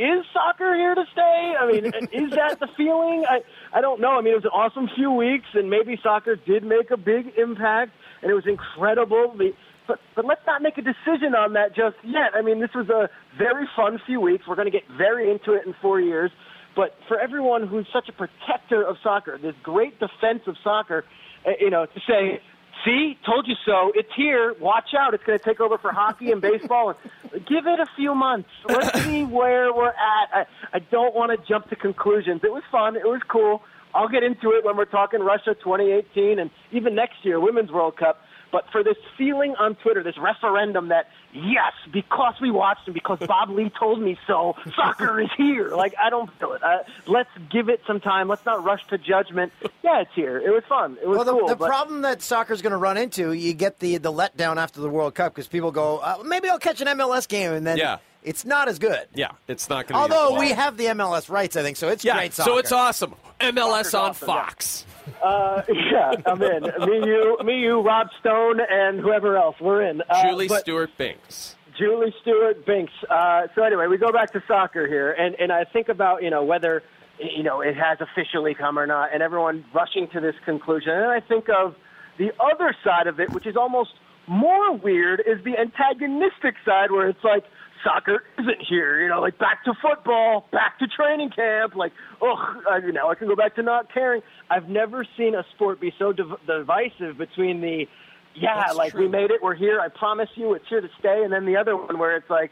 is soccer here to stay? I mean, is that the feeling? I, I don't know. I mean, it was an awesome few weeks, and maybe soccer did make a big impact, and it was incredible. The, but, but let's not make a decision on that just yet. I mean, this was a very fun few weeks. We're going to get very into it in four years. But for everyone who's such a protector of soccer, this great defense of soccer, uh, you know, to say, see, told you so, it's here, watch out, it's going to take over for hockey and baseball. And give it a few months. Let's see where we're at. I, I don't want to jump to conclusions. It was fun, it was cool. I'll get into it when we're talking Russia 2018 and even next year, Women's World Cup. But for this feeling on Twitter, this referendum that, yes, because we watched and because Bob Lee told me so, soccer is here. Like, I don't feel it. Uh, let's give it some time. Let's not rush to judgment. Yeah, it's here. It was fun. It was Well, the, cool. the but- problem that soccer's going to run into, you get the, the letdown after the World Cup because people go, uh, maybe I'll catch an MLS game, and then Yeah. it's not as good. Yeah, it's not going to. Although we have the MLS rights, I think, so it's yeah, great soccer. so it's awesome. MLS Soccer's on awesome, yeah. Fox. Uh, yeah, I'm in. me, you, me, you, Rob Stone, and whoever else. We're in. Uh, Julie but- Stewart Binks. Julie Stewart Binks. Uh, so anyway, we go back to soccer here, and and I think about you know whether you know it has officially come or not, and everyone rushing to this conclusion. And I think of the other side of it, which is almost more weird, is the antagonistic side where it's like soccer isn't here. You know, like back to football, back to training camp. Like, oh, I, now I can go back to not caring. I've never seen a sport be so div- divisive between the yeah, That's like we true. made it. We're here. I promise you, it's here to stay. And then the other one where it's like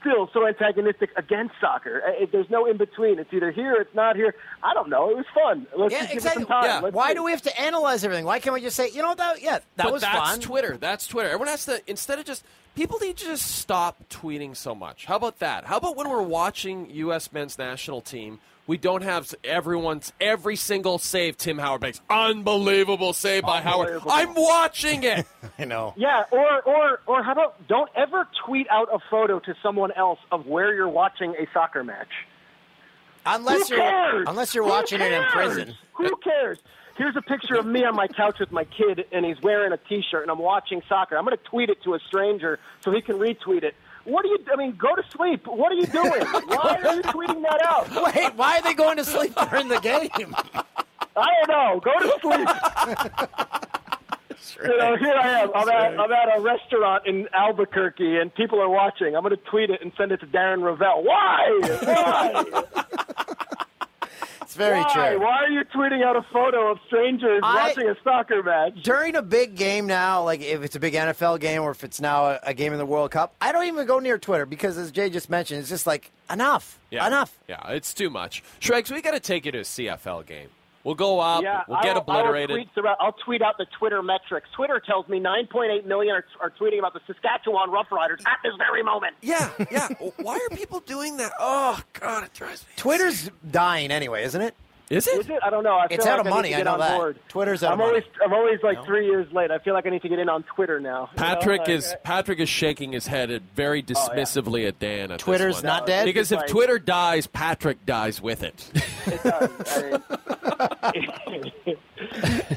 still so antagonistic against soccer. Uh, It, there's no in between. It's either here, or it's not here. I don't know. It was fun. Let's Yeah, just give exactly. it some time. Yeah. Let's Why see. do we have to analyze everything? Why can't we just say, you know what, that, yeah, that but was that's fun. Twitter. That's Twitter. Everyone has to instead of just people need to just stop tweeting so much. How about that? How about when we're watching U.S. men's national team, we don't have everyone's every single save Tim Howard makes. Unbelievable save by Howard. Unbelievable. I'm watching it. I know. Yeah, or or or how about don't ever tweet out a photo to someone else of where you're watching a soccer match. Unless Who you're cares? unless you're Who watching it in cares? prison. Who cares? Here's a picture of me on my couch with my kid, and he's wearing a T-shirt, and I'm watching soccer. I'm going to tweet it to a stranger so he can retweet it. What are you? I mean, go to sleep. What are you doing? Why are you tweeting that out? Wait, why are they going to sleep during the game? I don't know. Go to sleep. You know, here I am. I'm at, I'm at a restaurant in Albuquerque, and people are watching. I'm going to tweet it and send it to Darren Ravel. Why? Why? It's very Why? true. Why are you tweeting out a photo of strangers I- watching a soccer match? During a big game now, like if it's a big NFL game or if it's now a, a game in the World Cup, I don't even go near Twitter because, as Jay just mentioned, it's just like enough, Yeah. enough. Yeah, it's too much. Shregs, we got to take you to a CFL game. We'll go up. we'll get I'll, obliterated. I'll tweet, throughout, I'll tweet out the Twitter metrics. Twitter tells me 9.8 million are, are tweeting about the Saskatchewan Roughriders at this very moment. yeah, yeah. Why are people doing that? Oh God, it drives me. Twitter's dying anyway, isn't it? Is it? Is it? I don't know. I It's feel out like of I money, need I to get know on that. board. Twitter's out of I'm money. always, I'm always like three years late. I feel like I need to get in on Twitter now. You know, Patrick like, is Patrick is shaking his head at very Oh, dismissively at Dan. At this Twitter's one. not No, dead? because it's if like- Twitter dies, Patrick dies with it. I- I mean,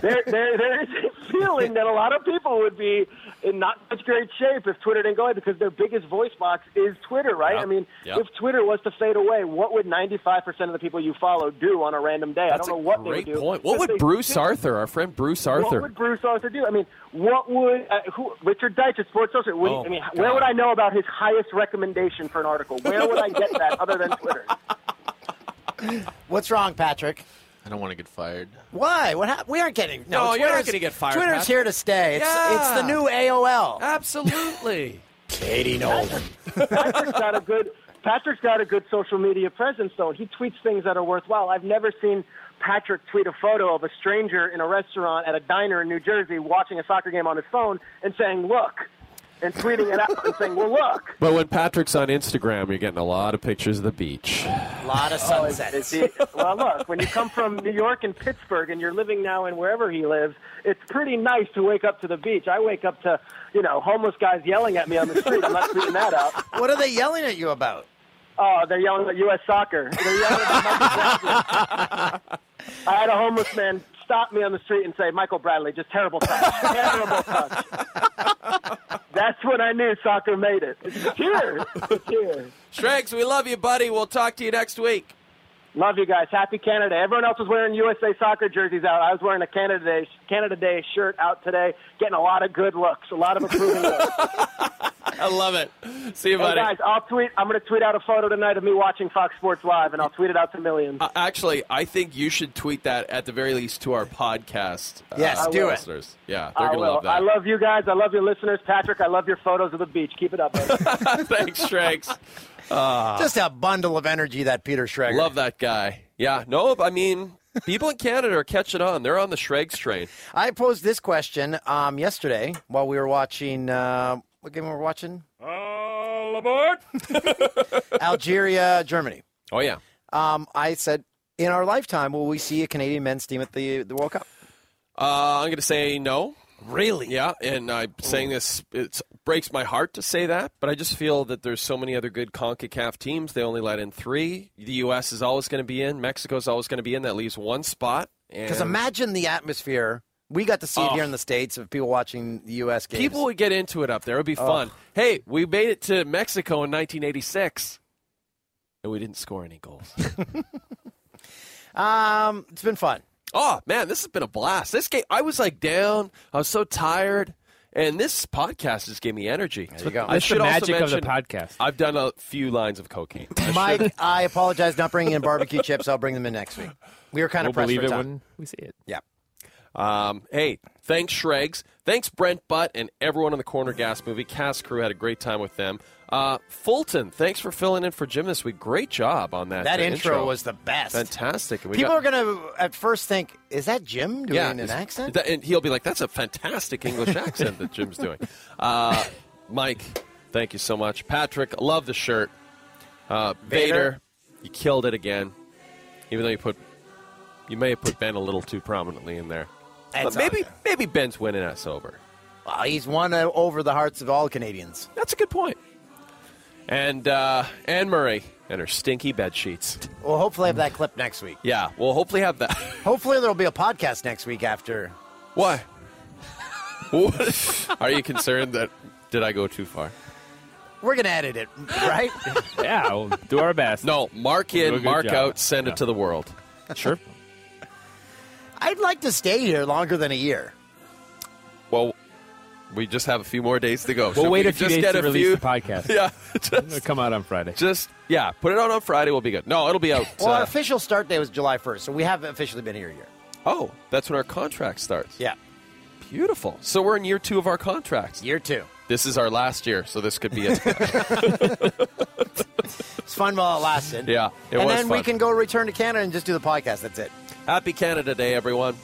there, there, there is a feeling that a lot of people would be in not such great shape if Twitter didn't go away because their biggest voice box is Twitter, right? Yep, I mean, yep. if Twitter was to fade away, what would 95% of the people you follow do on a random day? I That's don't know a what great they would do. point. What But would they- Bruce Arthur, our friend Bruce Arthur? What would Bruce Arthur do? I mean, what would uh, who, Richard Deitch at Sports Illustrated? Would he- Oh, I mean, God. where would I know about his highest recommendation for an article? Where would I get that other than Twitter? What's wrong, Patrick? I don't want to get fired. Why? What hap- we aren't getting no. No, you're not Twitter's- gonna get fired, Twitter's Pat. here to stay. It's it's the Yeah. new AOL. Absolutely. Katie Nolan. Patrick's got a good Patrick's got a good social media presence though. He tweets things that are worthwhile. I've never seen Patrick tweet a photo of a stranger in a restaurant at a diner in New Jersey watching a soccer game on his phone and saying, "Look," and tweeting it out and saying, "Well, look." But when Patrick's on Instagram, you're getting a lot of pictures of the beach. A lot of sunsets. well, look, when you come from New York and Pittsburgh and you're living now in wherever he lives, it's pretty nice to wake up to the beach. I wake up to, you know, homeless guys yelling at me on the street. I'm not tweeting that out. what are they yelling at you about? Oh, they're yelling at U.S. soccer. They're yelling at Michael Bradley. I had a homeless man stop me on the street and say, Michael Bradley, just terrible touch. terrible touch. That's when I knew soccer made it. It's here. It's here. Shregs, we love you, buddy. We'll talk to you next week. Love you guys. Happy Canada Day. Everyone else was wearing USA soccer jerseys out. I was wearing a Canada Day, Canada Day shirt out today, getting a lot of good looks, a lot of approving looks. I love it. See you, Hey, buddy. guys, I'll tweet. I'm going to tweet out a photo tonight of me watching Fox Sports Live, and I'll tweet it out to millions. Uh, actually, I think you should tweet that at the very least to our podcast. uh, Yes, I will. listeners. Yeah, I they're gonna will. love I that. love you guys. I love your listeners. Patrick, I love your photos of the beach. Keep it up, baby. Thanks, Shregs. Uh, Just a bundle of energy that Peter Schreger. love that guy. Yeah, no, I mean, people in Canada are catching on. They're on the Shregs train. I posed this question um, yesterday while we were watching. Uh, what game were we watching? All aboard! Algeria, Germany. Oh yeah. Um, I said, in our lifetime, will we see a Canadian men's team at the the World Cup? Uh, I'm going to say no. Really? Yeah, and I'm saying this, it breaks my heart to say that, but I just feel that there's so many other good CONCACAF teams. They only let in three. The U.S. is always going to be in. Mexico's always going to be in. That leaves one spot. Because and- imagine the atmosphere. We got to see it Oh. here in the states of people watching the U.S. games. People would get into it up there. It would be fun. Hey, we made it to Mexico in 1986, and we didn't score any goals. Um, it's been fun. oh man, this has been a blast. This game, I was like down. I was so tired, and this podcast just gave me energy. There you go. I That's the should also magic of the mention, podcast. I've done a few lines of cocaine. I Mike, I apologize not bringing in barbecue chips. I'll bring them in next week. We were kind We'll of pressed believe for it time. when we see it. Yeah. Um, hey, thanks, Shregs. Thanks, Brent Butt, and everyone in the Corner Gas movie. Cast crew had a great time with them. Uh, Fulton, thanks for filling in for Jim this week. Great job on that. That uh, intro was the best. Fantastic. And we People got- are going to at first think, is that Jim doing an it's- accent? that- and he'll be like, "That's a fantastic English accent that Jim's doing." Uh, Mike, thank you so much. Patrick, I love the shirt. Uh, Vader. Vader. you killed it again. Even though you put, you may have put Ben a little too prominently in there. That's But maybe, maybe Ben's winning us over. Well, he's won uh, over the hearts of all Canadians. That's a good point. And uh, Anne Murray and her stinky bed sheets. Well, hopefully, I have that clip next week. Yeah, we'll hopefully have that. Hopefully, there'll be a podcast next week after. Why? What- Are you concerned that did I go too far? We're going to edit it, right? Yeah, we'll do our best. No, mark Do a in, good mark job. out, send Yeah. it to the world. Sure. I'd like to stay here longer than a year. Well, we just have a few more days to go. We'll So wait we a few just days get to a release few- the podcast. Yeah, It'll come out on Friday. just yeah. Put it on on Friday. We'll be good. No, it'll be out. Well, our uh, official start date was July 1st, so we have officially been here a year. oh, that's when our contract starts. Yeah. Beautiful. So we're in year two of our contracts. Year two. This is our last year, so this could be it. It's fun while it lasted. yeah, it and was then fun. we can go return to Canada and just do the podcast. That's it. Happy Canada Day, everyone.